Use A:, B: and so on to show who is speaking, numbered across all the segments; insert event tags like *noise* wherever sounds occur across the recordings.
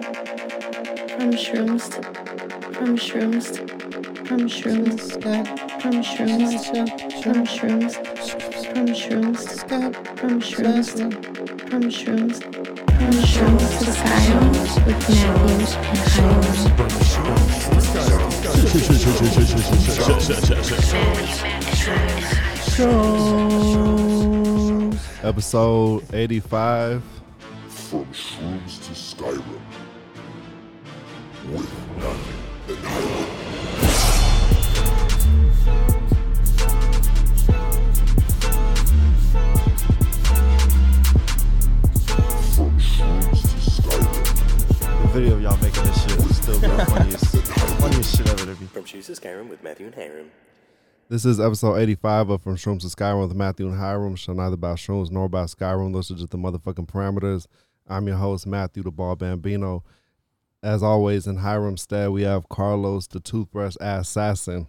A: From shrooms, from shrooms, from shrooms, from shrooms, from shrooms, from shrooms, from shrooms, from shrooms, from shrooms to science with Matthews and Hiram.
B: Episode 85.
C: From Shrooms to Skyrim. With nothing and Hiram. From Shrooms to Skyrim.
D: The video of y'all making this shit was still be the funniest, funniest shit ever to be.
E: From Shoes to Skyrim with Matthew and Hiram.
B: This is episode 85 of From Shrooms to Skyrim with Matthew and Hiram. Shall neither by shrooms nor by Skyrim. Those are just the motherfucking parameters. I'm your host, Matthew the Ball Bambino. As always, in Hiram's stead, we have Carlos the Toothbrush Assassin.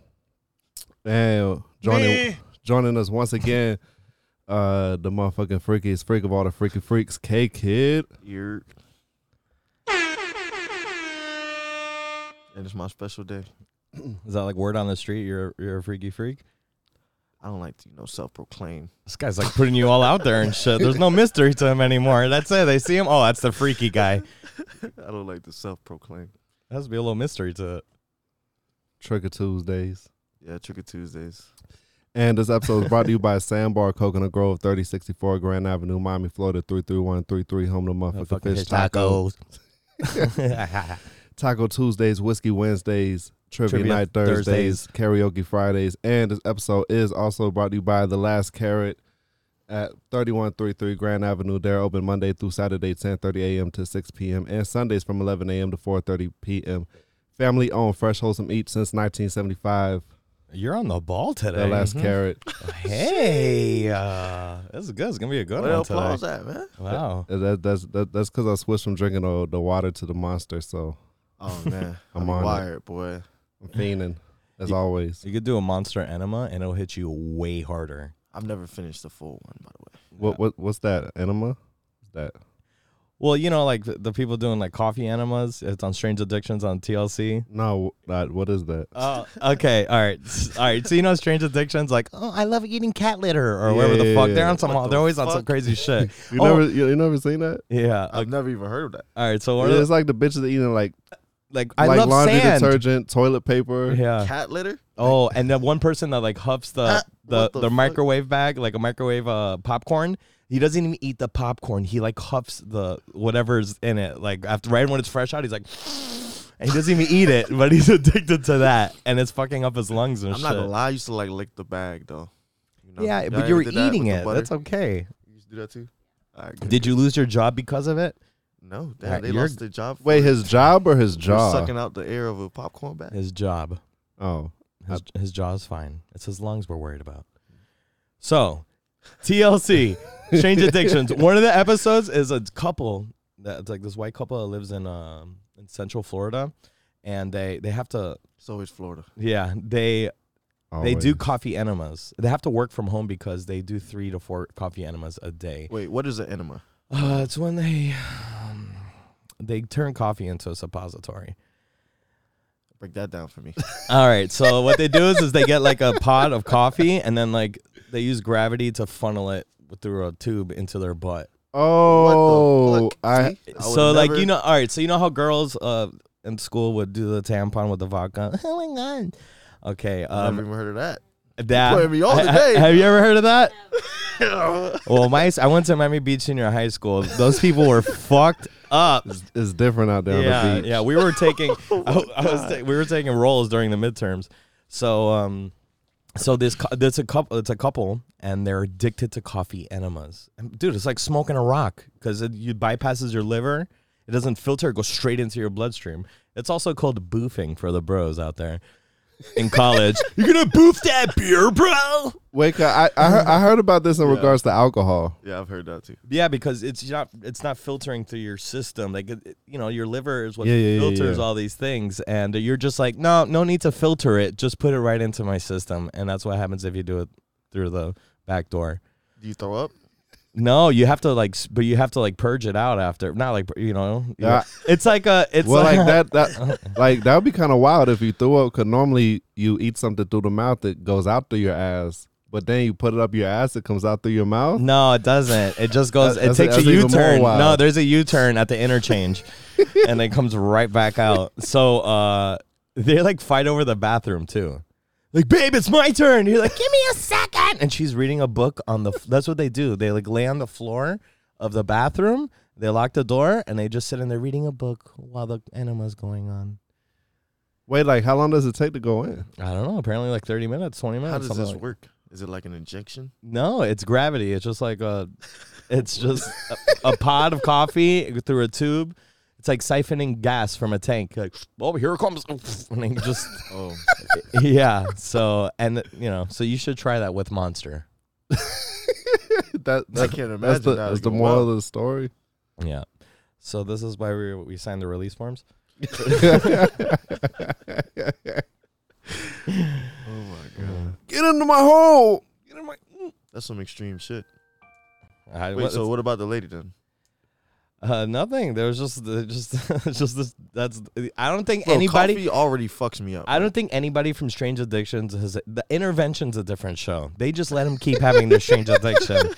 B: And joining, joining us once again, uh, the motherfucking freakiest freak of all the freaky freaks, K Kid.
D: You're. And it's my special day.
F: Is that like word on the street? You're you're a freaky freak.
D: I don't like to, you know, self-proclaim. *laughs*
F: This guy's like putting you all out there and shit. There's no mystery to him anymore. That's it. They see him. Oh, that's the freaky guy.
D: I don't like to self-proclaim.
F: There has to be a little mystery to it.
B: Trick or Tuesdays.
D: Yeah, Trick or Tuesdays.
B: And this episode is brought to you by Sandbar Coconut Grove, 3064 Grand Avenue, Miami, Florida, 33133, home to motherfucking fish taco.
F: tacos.
B: *laughs* Taco Tuesdays, Whiskey Wednesdays, Trivia,
F: Trivia
B: Night Thursdays,
F: Thursdays.
B: Karaoke Fridays. And this episode is also brought to you by The Last Carrot at 3133 Grand Avenue. They're open Monday through Saturday, 10.30 a.m. to 6 p.m. And Sundays from 11 a.m. to 4.30 p.m. Family owned, fresh, wholesome eat since 1975.
F: *laughs* You're on the ball today.
B: The Last
F: Mhm.
B: Carrot.
F: Hey, uh, this is good. It's gonna be a good
D: What
F: one
D: else
F: today.
D: was that, man?
F: Wow.
B: Uh, That, that's that, that's because I switched from drinking the, the water to the monster, so
D: *laughs* Oh man,
B: I'm
D: I'm
B: on it.
D: wired, boy.
F: *laughs*
B: I'm fiending as always.
F: You could do a monster enema and it'll hit you way harder.
D: I've never finished the full one, by the way.
B: What what what's that enema? That
F: Well, you know, like the, the people doing like coffee enemas. It's on Strange Addictions on TLC.
B: no, that what is that?
F: Oh, okay. All right. S- All right. So you know, Strange Addictions, like, oh, I love eating cat litter or
B: Yeah,
F: whatever the
B: yeah,
F: fuck.
B: yeah,
F: They're
B: yeah.
F: on some.
D: What the
F: they're always on some
D: fuck?
F: crazy shit.
D: *laughs*
B: You
F: Oh,
B: never you, you never seen that?
F: Yeah.
D: I've never even heard of that.
F: all right. So one
B: Yeah,
F: of
B: it's
F: the,
B: like the bitches that eating like
F: like, I
B: like
F: love
B: laundry
F: sand.
B: detergent, toilet paper.
F: Yeah.
D: Cat litter?
F: Oh, and then one person that like huffs the
D: Huh?
F: the,
D: What the
F: the,
D: fuck?
F: microwave bag, like a microwave uh, popcorn. He doesn't even eat the popcorn. He like huffs the whatever's in it. Like after right when it's fresh out, he's like, *sniffs* and he doesn't even eat it, but he's *laughs* addicted to that, and it's fucking up his lungs and
D: I'm
F: shit.
D: not gonna lie. I used to like lick the bag though. You know?
F: Yeah,
D: Y'all
F: but
D: ever
F: you were
D: did that
F: eating
D: with the
F: it.
D: butter?
F: That's okay.
D: You used to do that too. All right, good.
F: Did you lose your job because of it?
D: No, damn,
F: Alright,
D: they
F: you're-
D: lost their job. for
B: Wait,
D: it.
B: his job or his
D: For
B: jaw?
D: sucking out the air of a popcorn bag.
F: His job.
B: Oh,
F: His, his jaw's fine. It's his lungs we're worried about. So, TLC, Change Addictions. One of the episodes is a couple that's like this white couple that lives in um in Central Florida, and they they have to
D: So is Florida.
F: yeah they they
B: always.
F: do coffee enemas. They have to work from home because they do three to four coffee enemas a day.
D: Wait, what is an enema?
F: Uh, it's when they um, they turn coffee into a suppository.
D: Break that down *laughs* for me.
F: All right. So what they do is, is they get like a pot of coffee and then like they use gravity to funnel it through a tube into their butt.
B: Oh,
D: fuck?
B: I
D: See? I
F: So
D: would
F: like
D: never-
F: you know, all right. So you know how girls uh in school would do the tampon with the vodka. *laughs* Oh my god. Okay.
D: I've never
F: Um.
D: even heard of that.
F: That,
D: putting me on
F: *laughs* Ha- ha-
D: today.
F: Have you ever heard
D: *laughs*
F: of that? well, my I went to Miami Beach Senior High School. Those people were fucked up.
B: it's different out there on
F: yeah,
B: the beach.
F: yeah. We were *laughs* taking, I, I was ta- we were taking roles during the midterms. So, um, so this cou- this a couple, it's a couple, and they're addicted to coffee enemas. And dude, it's like smoking a rock because it you bypasses your liver. It doesn't filter; it goes straight into your bloodstream. It's also called boofing for the bros out there in college. *laughs* You're gonna boof that beer, bro.
B: Wait, 'cause I I heard, I heard about
F: *laughs*
B: this in regards to alcohol.
D: Yeah, I've heard that too.
F: Yeah, because it's not it's not filtering through your system. Like it- you know, your liver is what
B: Yeah, yeah, yeah,
F: filters
B: yeah.
F: all these things, and you're just like, no, no need to filter it. Just put it right into my system, and that's what happens if you do it through the back door.
D: Do you throw up?
F: No, you have to like, s- but you have to like purge it out after. Not like you know, you know.
B: Yeah.
F: *laughs* it's like a, it's
B: Uh, *laughs* well,
F: like, *laughs*
B: like that,
D: *laughs*
B: that, like that would be kind of wild if you threw up. Cause normally you eat something through the mouth that goes out through your ass, but then you put it up your ass, it comes out through your
D: Mm-hmm.
B: mouth.
F: No, it doesn't. It just goes.
B: That-
F: It
B: that's-
F: takes a
B: that's even
F: U
B: more
F: turn.
B: wild.
F: No, there's a U turn at
B: *laughs*
F: the interchange, and it comes right back out. So uh, they like fight over the bathroom too. Like, babe, it's my turn. You're like, give me a second. And she's reading a book on the. That's what they do. They like lay on the floor of the bathroom. They lock the door and they just sit in there reading a book while the enema's going on.
B: Wait, like how long does it take to go in? *laughs*
F: I don't know. Apparently, like 30 minutes, 20 minutes.
D: How does
F: something
D: this
F: like-
D: work? Is it like an injection?
F: No, it's gravity. It's just like a, it's just a, a pod of coffee through a tube. It's like siphoning gas from a tank. Like, oh, here it comes, *laughs* and then you just
D: Oh,
F: yeah. So and you know, so you should try that with Monster.
B: That, *laughs*
D: I
B: that's,
D: can't imagine.
B: that's the
D: that
B: that's
D: would
B: the
D: go
B: moral
D: well.
B: of the story.
F: Yeah. So this is why we we signed the release forms.
D: Oh my god,
B: Get into my hole. Get in my.
D: that's some extreme shit.
F: I,
D: Wait, so what about the lady then?
F: uh, nothing. There was just there just *laughs* just this. That's I don't think
D: Bro,
F: anybody.
D: coffee already fucks me up. *laughs*
F: I don't think anybody from Strange Addictions has. The intervention's a different show. They just let them keep having
B: *laughs*
F: their Strange Addiction.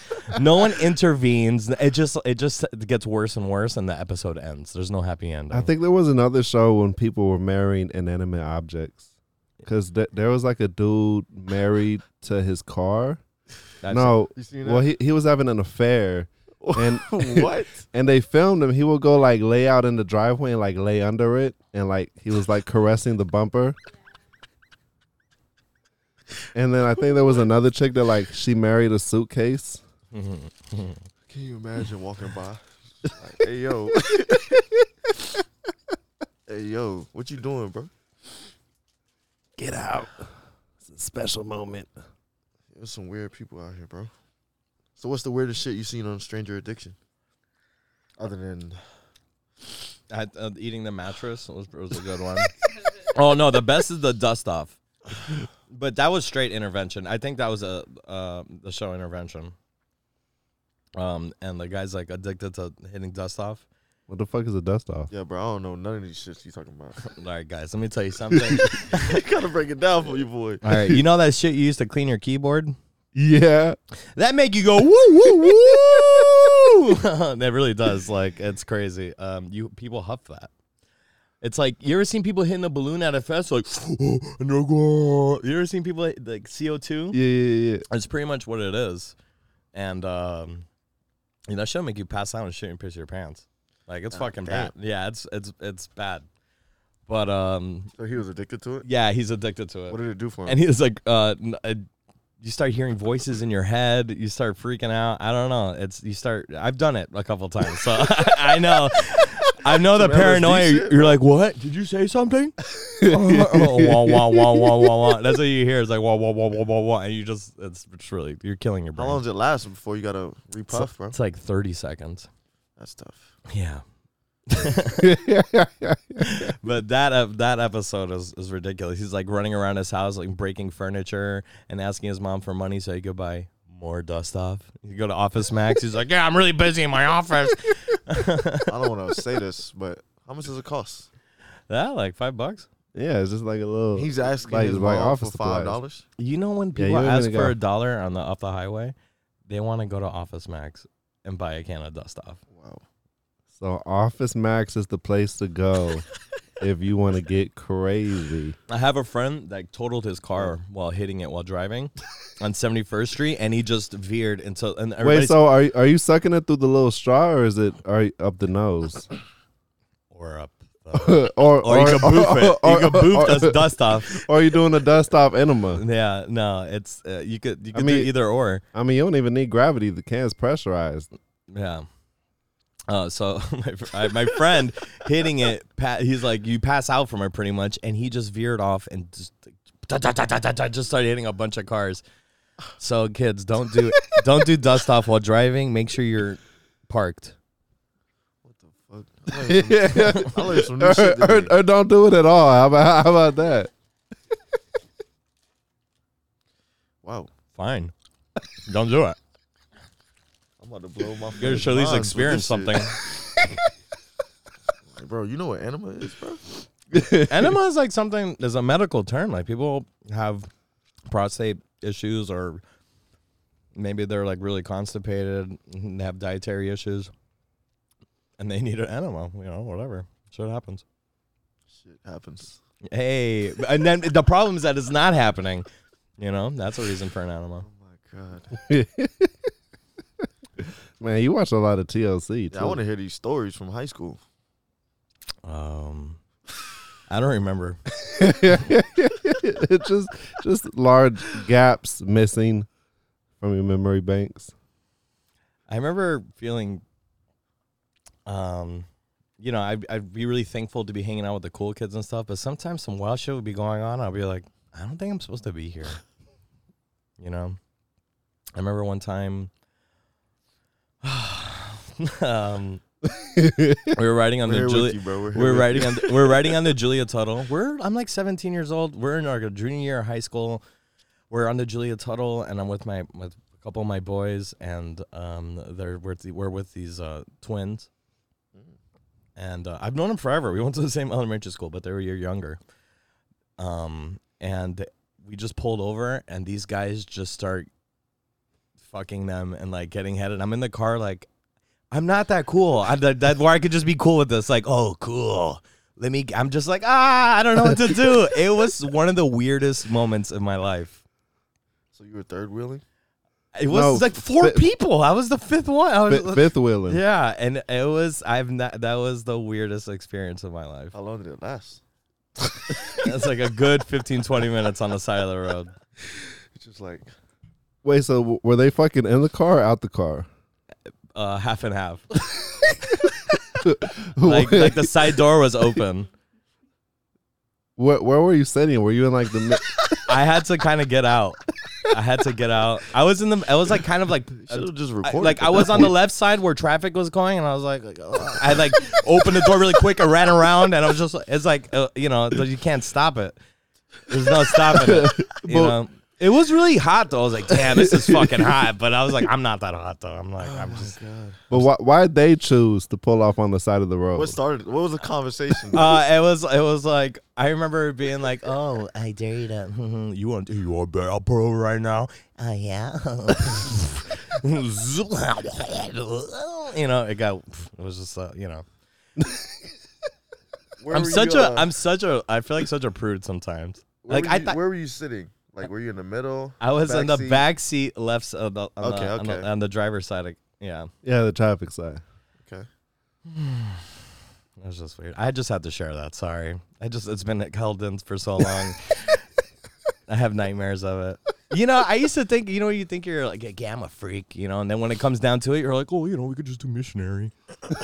F: No one intervenes. It just it just gets worse and worse, and the episode ends. There's no happy ending.
B: I think there was another show when people were marrying inanimate objects. Cause th- there was like a dude married to his car.
F: I've
B: no,
D: You seen
B: well he, he was having an
D: *laughs*
B: affair, and
D: what?
B: and they filmed him. He would go like lay out in the driveway and like lay under it, and like he was like caressing the bumper. And then I think there was another chick that like she married a suitcase.
D: Can you imagine walking by? Like, hey yo, hey yo, what you doing, bro?
B: Get out! It's a special moment.
D: There's some weird people out here, bro. So what's the weirdest shit you seen on Stranger Addiction? Other than
F: I, uh, eating the mattress was, was a
B: *laughs*
F: good one. oh no, the best is the dust off. But that was straight intervention. I think that was a uh, the show intervention. Um, and the guy's like addicted to hitting dust off.
B: What the fuck is a dust off?
D: yeah, bro, I don't know none of these shits you talking *laughs* about.
F: All right, guys, let me tell you something. *laughs*
D: you gotta break it down for you, boy.
F: All right, you know that shit you used to clean your keyboard?
B: Yeah.
F: That make you go woo woo woo. *laughs* that really does. Like it's crazy. Um, you people huff that. It's like you ever seen people hitting a balloon at a fest like *gasps* and they're go. You ever seen people hit, like CO two?
B: Yeah, yeah, yeah.
F: It's pretty much what it is, and um, you know, that should make you pass out and shit and piss your pants. Like it's fucking
D: Oh, damn.
F: bad. Yeah, it's it's it's bad. But um,
D: So he was addicted to it.
F: yeah, he's addicted to it.
D: What did it do for him?
F: and he was like, uh, n- uh, you start hearing voices in your head. You start freaking out. I don't know. It's you start. I've done it a couple times, so *laughs* I know. I know the
D: Some LSD
F: paranoia.
D: shit,
F: You're like, what? Did you
D: *laughs*
F: say something? *laughs* oh, wah, wah, wah, wah, wah, wah. That's what you hear. It's like wah, wah, wah, wah, wah, wah, and you just it's, it's really you're killing your
D: How
F: brain.
D: long does it last before you gotta repuff, bro?
F: It's like 30 seconds.
D: That's tough.
F: Yeah. but that ep- that episode is, is ridiculous. He's like running around his house, like breaking furniture and asking his mom for money so he could buy more dust off. You go to Office Max, he's like, "Yeah, I'm really busy in my office." *laughs*
D: I don't want to say this, but how much does it cost?
F: yeah, like five bucks.
B: *laughs* Yeah, it's just like a little.
D: He's asking
B: Like,
D: his
B: like
D: mom for
B: office
D: five
B: supplies.
D: dollars.
F: You know when
B: Yeah,
F: people
B: you ain't
F: ask
B: gonna
F: for
B: go.
F: a dollar on the off the highway, they want to go to Office Max and buy a can of dust off.
D: Wow.
B: so Office Max is the place to
F: *laughs*
B: go if you want to get crazy.
F: I have a friend that totaled his car while hitting it while driving on 71st Street, and he just veered into. And
B: Wait,
F: everybody's-
B: so are you- are you sucking it through the little straw or is it are you up the nose?
F: or up,
B: or or,
F: *laughs* or you can boof it. You can
B: *laughs*
F: boof
B: or-
F: the dust off.
B: *laughs* or you doing a dust off enema?
F: Yeah, no, it's uh, you could you could do
B: mean-
F: either or.
B: I mean, you don't even need gravity. The can's pressurized.
F: Yeah. Uh, so *laughs* my fr- I- my friend hitting it, pa- he's like, you pass out from it pretty much, and he just veered off and just da, da, da, da, da, da, just started hitting a bunch of cars. So kids, don't do don't do dust off while driving. Make sure you're parked.
D: What the fuck? I *laughs* learned some- I learned some *laughs* new shit
B: or,
D: today.
B: or Uh, don't do it at all. How about, how about that?
D: Wow.
F: Fine, don't do it.
D: I'm about to blow my.
F: You
D: fucking
F: should at
D: minds
F: least
D: with
F: experience
D: this shit.
F: something.
D: Like, bro. You know what enema is, bro?
F: Enema is like something. There's a medical term. Like people have prostate issues, or maybe they're like really constipated and they have dietary issues, and they need an enema. You know, whatever. Shit happens.
D: Shit happens.
F: Hey, and then the problem is that it's not happening. You know, that's a reason for an
D: Oh
F: enema.
D: my god.
B: Man, you watch a lot of TLC too.
D: Yeah, I want to hear these stories from high school.
F: Um, I don't remember.
B: it's *laughs* just just large gaps missing from your memory banks.
F: I remember feeling, um, you know, I'd, I'd be really thankful to be hanging out with the cool kids and stuff, but sometimes some wild shit would be going on. I'll be like, I don't think I'm supposed to be here. you know? I remember one time, *sighs* um, we were riding on
D: We're here with
F: the Julia.
D: you, bro. We're, here
F: We're
D: *laughs* with
F: riding on the, we're riding on the Julia Tuttle. We're I'm like 17 years old. We're in our junior year of high school. We're on the Julia Tuttle, and I'm with my with a couple of my boys, and um, they're we're, th- we're with these uh, twins, and uh, I've known them forever. We went to the same elementary school, but they were a year younger. Um, and we just pulled over, and these guys just start fucking them and like getting headed. I'm in the car like I'm not that cool. I, that, that where I could just be cool with this, like, oh, cool. Let me. I'm just like, ah, I don't know what to
B: *laughs*
F: do. it was one of the weirdest moments of my life.
D: you. So you were third wheeling.
F: It was
B: No,
F: like four
B: fi-
F: people. I was the fifth one. I was, *laughs*
B: Fi fifth wheeling.
F: yeah, and it was. I've not. That was the weirdest experience of my life.
D: How long did it last?
F: That's like a good 15, 20 minutes on the side of the road.
D: It's just like
B: Wait, so w- were they fucking in the car or out the car? *laughs*
F: Uh, half and half. Like, like the side door was open.
B: *laughs* where, where were you sitting? Were you in like the mi- *laughs*
F: I had to kind of get out. I had to get out. I was in the. I was like kind of like
D: should have just
F: I-
D: recorded.
F: like
D: it.
F: I was on the left side where traffic was going, and I was like, like, "Ugh." I like opened the door really quick and ran around, and I was just, it's like, uh, you know, you can't stop it. There's no stopping it. You
B: But-
F: know, it was really hot though. I was like, damn, this is fucking hot. But I was like, I'm not that hot though. I'm like, I'm just.
B: But why why they choose to pull off on the side of the road?
D: What started? What was the conversation?
F: *laughs* Uh, it was it was like I remember being like, "Oh, I dare you to. hmm, you want to? You want to bet? I'll pull over right now. Oh yeah. *laughs* you know, it got. It was just uh, you know.
D: Where
F: I'm
D: were
F: such
D: you,
F: a.
D: uh,
F: I'm such a. I feel like such a prude sometimes.
D: where
F: like
D: were
F: I
D: you-
F: thought
D: Where were you sitting? Like were you in the middle?
F: I was in the
D: backseat?
F: back seat, left s- of the, on,
D: Okay,
F: the, on the
D: okay.
F: on the driver's side. Like, yeah,
B: yeah, the traffic side.
D: Okay.
F: it was just weird. I just had to share that. Sorry, I just it's been held in for
D: *laughs*
F: so long. I have nightmares of it. You know, I used to think, you know, you think you're like a gamma freak, you know, and then when it comes down to it, you're like, oh, you know, we could just do missionary.
D: Uh,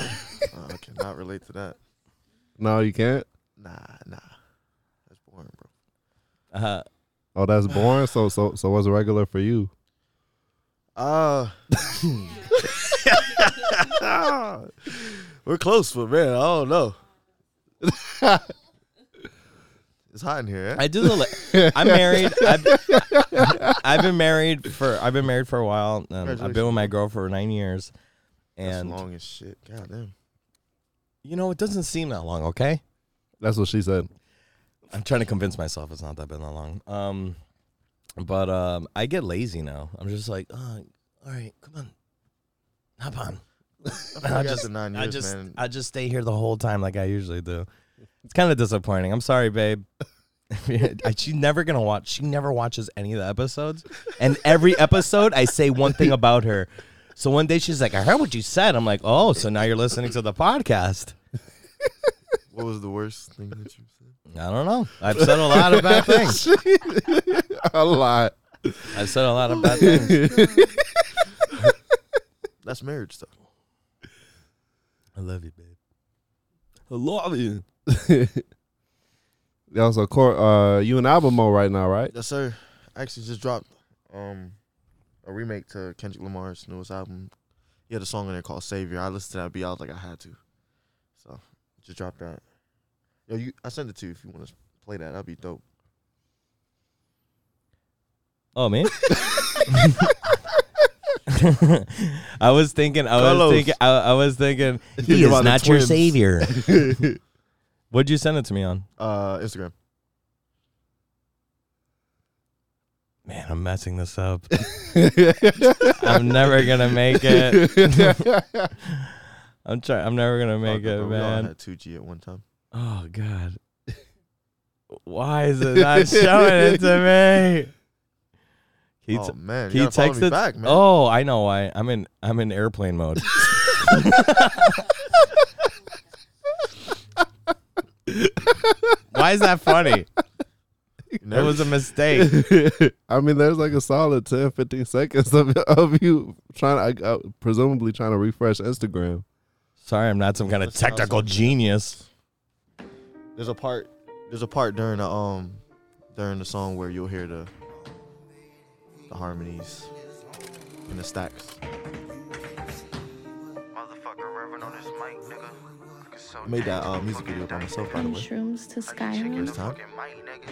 D: I cannot relate to that.
B: No, you can't.
D: Nah, nah. That's boring, bro.
F: Uh,
B: Oh, that's boring. So so so what's regular for you?
D: Uh *laughs* we're close, but man, I don't know. *laughs* it's hot in here. Eh?
F: I do the. Li-
D: *laughs*
F: I'm married. I've, I've been married for. I've been married for a while. Um, I've been with my girl for nine years,
D: That's
F: and
D: long as shit. God damn.
F: you know, it doesn't seem that long. Okay,
B: That's what she said.
F: I'm trying to convince myself it's not that been that long. Um, but um, I get lazy now. I'm just like, oh, all right, come on, hop on.
D: I
F: I
D: guess
F: just,
D: the nine
F: I
D: years,
F: just,
D: man.
F: I just stay here the whole time like I usually do. It's kind of disappointing. I'm sorry, babe. *laughs* I- She's never gonna watch. She never watches any of the episodes, and every episode I say one thing about her. So one day she's like, "I heard what you said." I'm like, "Oh, so now you're listening to the podcast."
D: What was the worst thing that you said?
F: I don't know. I've said a lot of
D: *laughs*
F: bad things.
B: a lot.
F: I've said a lot of bad things.
D: That's marriage stuff.
F: I love you, babe. I love you.
B: Yeah, so Cor- uh, you in album mode right now, right? *laughs*
D: Yes, sir. I actually just dropped um a remake to Kendrick Lamar's newest album. He had a song in there called Savior. I listened to that beat. I was like, I had to. So just dropped that. Yo, you I sent it to you if you want to play that. That'd be dope.
F: Oh, me? *laughs* I was thinking. I
D: Carlos.
F: was thinking. I, I was thinking.
D: He is
F: not your
D: twins. *laughs*
F: savior. What'd you send it to me on?
D: Uh, Instagram.
F: Man, I'm messing
D: *laughs*
F: this up. I'm never gonna make it.
D: *laughs*
F: I'm trying. I'm never gonna make
D: Fuck,
F: it,
D: bro, We all
F: man.
D: had 2G at one time.
F: Oh God. Why is it not showing it
D: *laughs*
F: to me? Can you
D: oh
F: t-
D: man,
F: can
D: you
F: you
D: gotta follow
F: text
D: me
F: it?
D: back, man.
F: Oh, I know why. I'm in. I'm in airplane mode. why is that funny?
D: You
F: It
D: never-
F: was a mistake.
B: I mean, there's like a solid 10, 15 seconds of, of you trying to, uh, presumably trying to refresh Instagram.
F: Sorry, I'm not some kind of
D: That's awesome.
F: technical genius.
D: there's a part. There's a part during the um, during the song where you'll hear the, the harmonies, and the stacks.
G: Motherfucker revving on this mic, nigga. Fucking so
D: I made that
G: damn
D: uh, music video by myself, by the
A: From
D: way.
A: shrooms to
G: chicken
A: Skyrim.
D: First time.
G: fucking mic, nigga.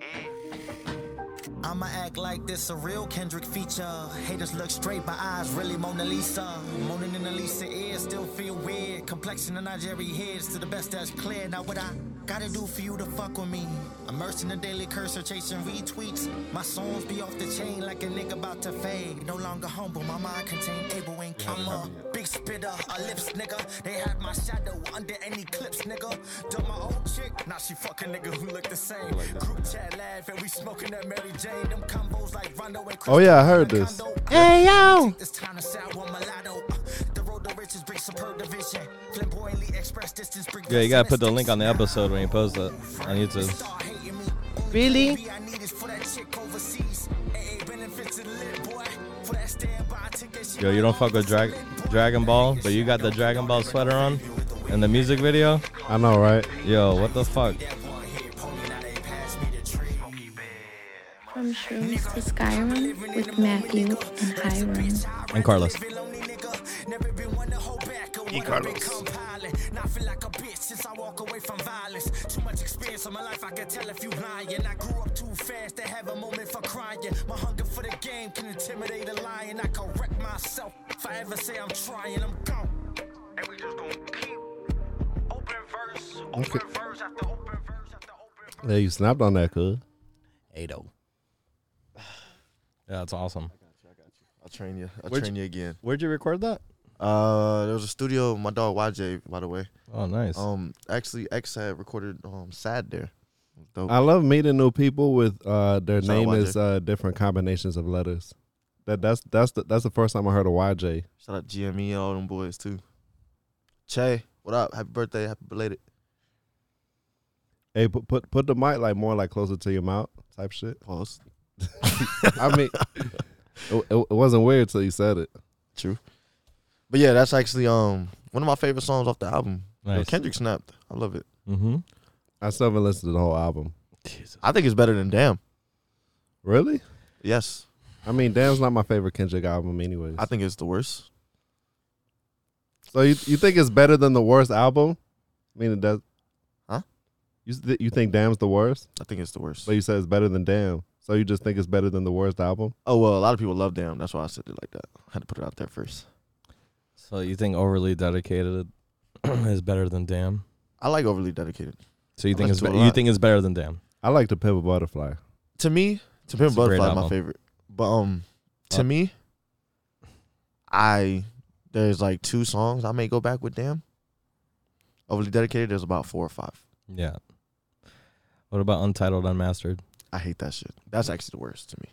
G: Yeah.
H: I'ma act like this a real Kendrick feature. Haters look straight, my eyes really Mona Lisa. Moaning in Elisa ears still feel weird. Complexion of Nigerian heads to the best that's clear. Now what I gotta do for you to fuck with me? Immersed in the daily cursor, chasing retweets. My songs be off the chain like a nigga about to fade. No longer humble, my mind contain able and comma. Big spitter, a lips nigga. They had my shadow under any clips, nigga. Dug my old chick, now she fuck a nigga who look the same. Group chat laugh and we smoking that Mary Jane. Them combos like Rondo and
B: Oh, yeah, I heard this.
H: Hey yo! This time to sour mulatto. Uh, The road to riches brings superb division. Flamboyantly express distance brings
F: Yeah, you gotta put the link on the episode when you post it on YouTube.
H: Start hating me. Only
F: Really?
H: baby I need is for that chick overseas. AA benefits to the lit boy. For that standby ticket, she
F: Yo, you don't fuck with Drag- Dragon Ball, but you got the Dragon Ball sweater on in the music video.
B: I know, right?
F: Yo, what the fuck?
A: From shrooms to Skyrim with Matthew and Hiram.
F: And Carlos.
H: lonely nigga. Never been one to hold back or one to become violent. Now I feel like a bitch since I walk away from violence. Too much experience on my life, I can tell if you lying. I grew up too fast to have a moment for crying. My hunger for the game can intimidate a lion. I correct myself if I ever say I'm trying. I'm gone.
G: And we just gonna keep open verse, open verse after open verse after open verse.
B: Yeah, you snapped on that, cuz.
F: Ado. Yeah, that's awesome.
D: I'll train you. I'll
F: Where'd
D: train you again.
F: Where'd you record that?
D: Uh, there was a studio. My dog YJ, by the way.
F: Oh, nice.
D: Um, actually, X had recorded um "Sad" there. Dope.
B: I love meeting new people with uh, their
D: Shout out
B: name
D: YJ.
B: is uh, different combinations of letters. That that's that's the, that's the first time I heard a YJ.
D: Shout out GME, all them boys too. Che, what up? Happy birthday, happy belated.
B: Hey, put put, put the mic like more like closer to your mouth type shit.
D: Pause.
B: I mean, *laughs* it, it, it wasn't weird till you said it.
D: True. But yeah, that's actually um one of my favorite songs off the album. Yo,
F: Nice.
D: Kendrick snapped. I love it.
F: mm-hmm.
B: I still haven't listened to the whole album.
D: I think it's better than Damn.
B: Really?
D: Yes,
B: I mean, Damn's not my favorite Kendrick album, anyways.
D: I think it's the worst.
B: so you you think it's better than the worst album? I mean, it does.
D: Huh?
B: You s- you think Damn's the worst,
D: I think it's the worst.
B: but you said it's better than Damn. So you just think it's better than the worst album?
D: oh well, a lot of people love Damn. That's why I said it like that. I had to put it out there first.
F: So you think overly dedicated *clears throat* is better than damn?
D: I like overly dedicated.
F: So you
D: I
F: think it's
D: listen
F: be-
D: to a lot.
F: you think it's better than damn?
B: I like the Pimp a Butterfly.
D: To me, to Pimp
F: It's a great
D: Butterfly is my
F: album.
D: favorite. But um, to
F: Uh,
D: me, I there's like two songs I may go back with Damn. Overly dedicated. There's about four or five.
F: Yeah. What about Untitled Unmastered?
D: I hate that shit. That's actually the worst to me.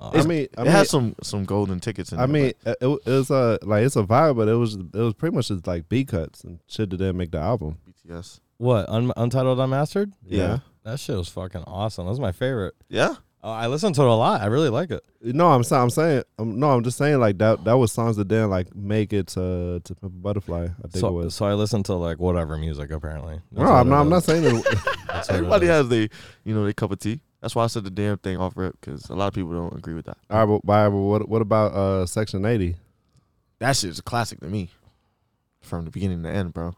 F: Oh,
B: I mean, I
D: it
B: mean,
D: has some some golden tickets in
B: I
D: there,
B: mean, it, it was a like it's a vibe, but it was it was pretty much just like B cuts and shit that didn't make the album.
D: but BTS.
F: what Un- Untitled Unmastered?
D: Yeah.
F: That shit was fucking awesome. That was my favorite.
D: Yeah.
F: Oh, I listened to it a lot. I really like it.
B: No, I'm sa- I'm saying um, no, I'm just saying like that that was songs that didn't like make it to to Pimp a Butterfly. I think it
F: So,
B: was.
F: so I listened to like whatever music apparently.
B: No, I'm not. I'm not saying it.
D: *laughs* Everybody has their, you know, their cup of tea. That's why I said the damn thing off rip because a lot of people don't agree with that.
B: All right, but, but what what about uh Section 80?
D: That shit is a classic to me, from the beginning to end, bro.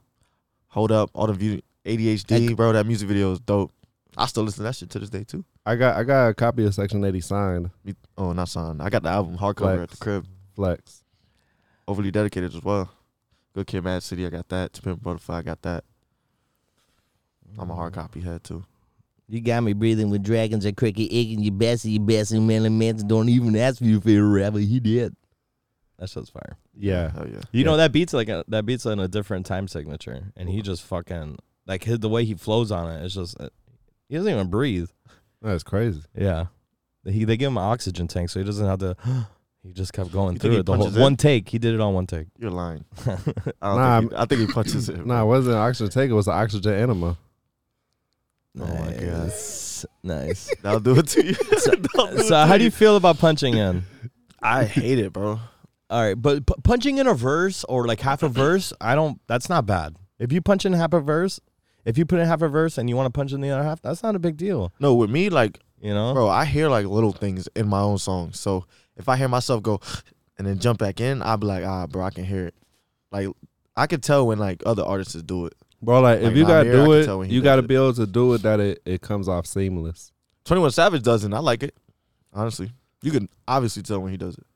D: Hold up, all the view ADHD, bro. That music video is dope. I still listen to that shit to this day too.
B: I got I got a copy of Section 80 signed.
D: Me- Oh, not signed. I got the album hardcover at the
B: Flex.
D: crib.
B: Flex.
D: Overly dedicated as well. Good Kid, Mad City. I got that. To Pimp Butterfly. I got that. I'm a hard copy head too.
I: You got me breathing with dragons and cricket egging your best and your best and Marilyn Manson don't even ask for your favorite rapper. He did.
F: That shit's fire.
B: Yeah.
D: Hell yeah.
F: You
B: Yeah.
F: know that beats like a, that beats in a different time signature, and he just fucking like his, the way he flows on it. It's just uh, he doesn't even breathe.
B: That's crazy.
F: Yeah, he they give him an oxygen tank, so he doesn't have to. *gasps* He just kept going
D: You think
F: through
D: he
F: it the whole
D: punches it?
F: one take. He did it on one take.
D: You're *laughs* lying. I don't
B: Nah,
D: think he, I think he punches *laughs* it.
B: Nah, it wasn't an oxygen tank. It was an oxygen enema.
D: Oh my God.
F: nice. nice.
D: *laughs* That'll do it to you.
F: so how do you feel about punching in?
D: I hate it, bro.
F: All right, but p- punching in a verse or like half a verse, I don't. That's not bad. If you punch in half a verse, if you put in half a verse and you want to punch in the other half, that's not a big deal.
D: No, with me, like,
F: You know.
D: bro, I hear like little things in my own song. So if I hear myself go *sniffs* and then jump back in, I'll be like, ah, bro, I can hear it. Like, I could tell when like other artists do it.
B: Bro, like,
D: Like,
B: if you
D: Namir,
B: gotta
D: I can
B: do
D: tell when
B: it,
D: he
B: you gotta
D: does it.
B: be able to do it that it, it comes off seamless.
D: Twenty One Savage doesn't. I like it. Honestly, you can obviously tell when he does it.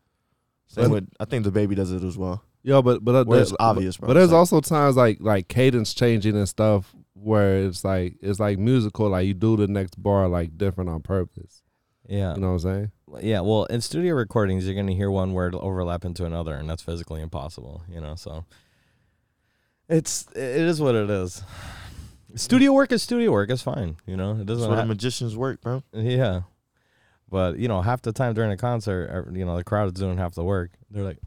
D: Same
B: But-
D: with I think the baby does it as well.
B: Yeah, but but uh,
D: Where it's
B: there-
D: obvious,
B: But,
D: bro.
B: but there's
D: It's like-
B: also times like like cadence changing and stuff where it's like it's like musical. Like you do the next bar like different on purpose.
F: Yeah.
B: You know what I'm saying?
F: Yeah, well, in studio recordings, you're gonna hear one word overlap into another, and that's physically impossible. You know, so it's it is what it is. Studio work is studio work. It's fine. You know, it
D: That's
F: doesn't.
D: where the
F: Ha-
D: magicians work, bro.
F: yeah, but you know, half the time during a concert, uh, you know, the crowd is doing half the work. They're like,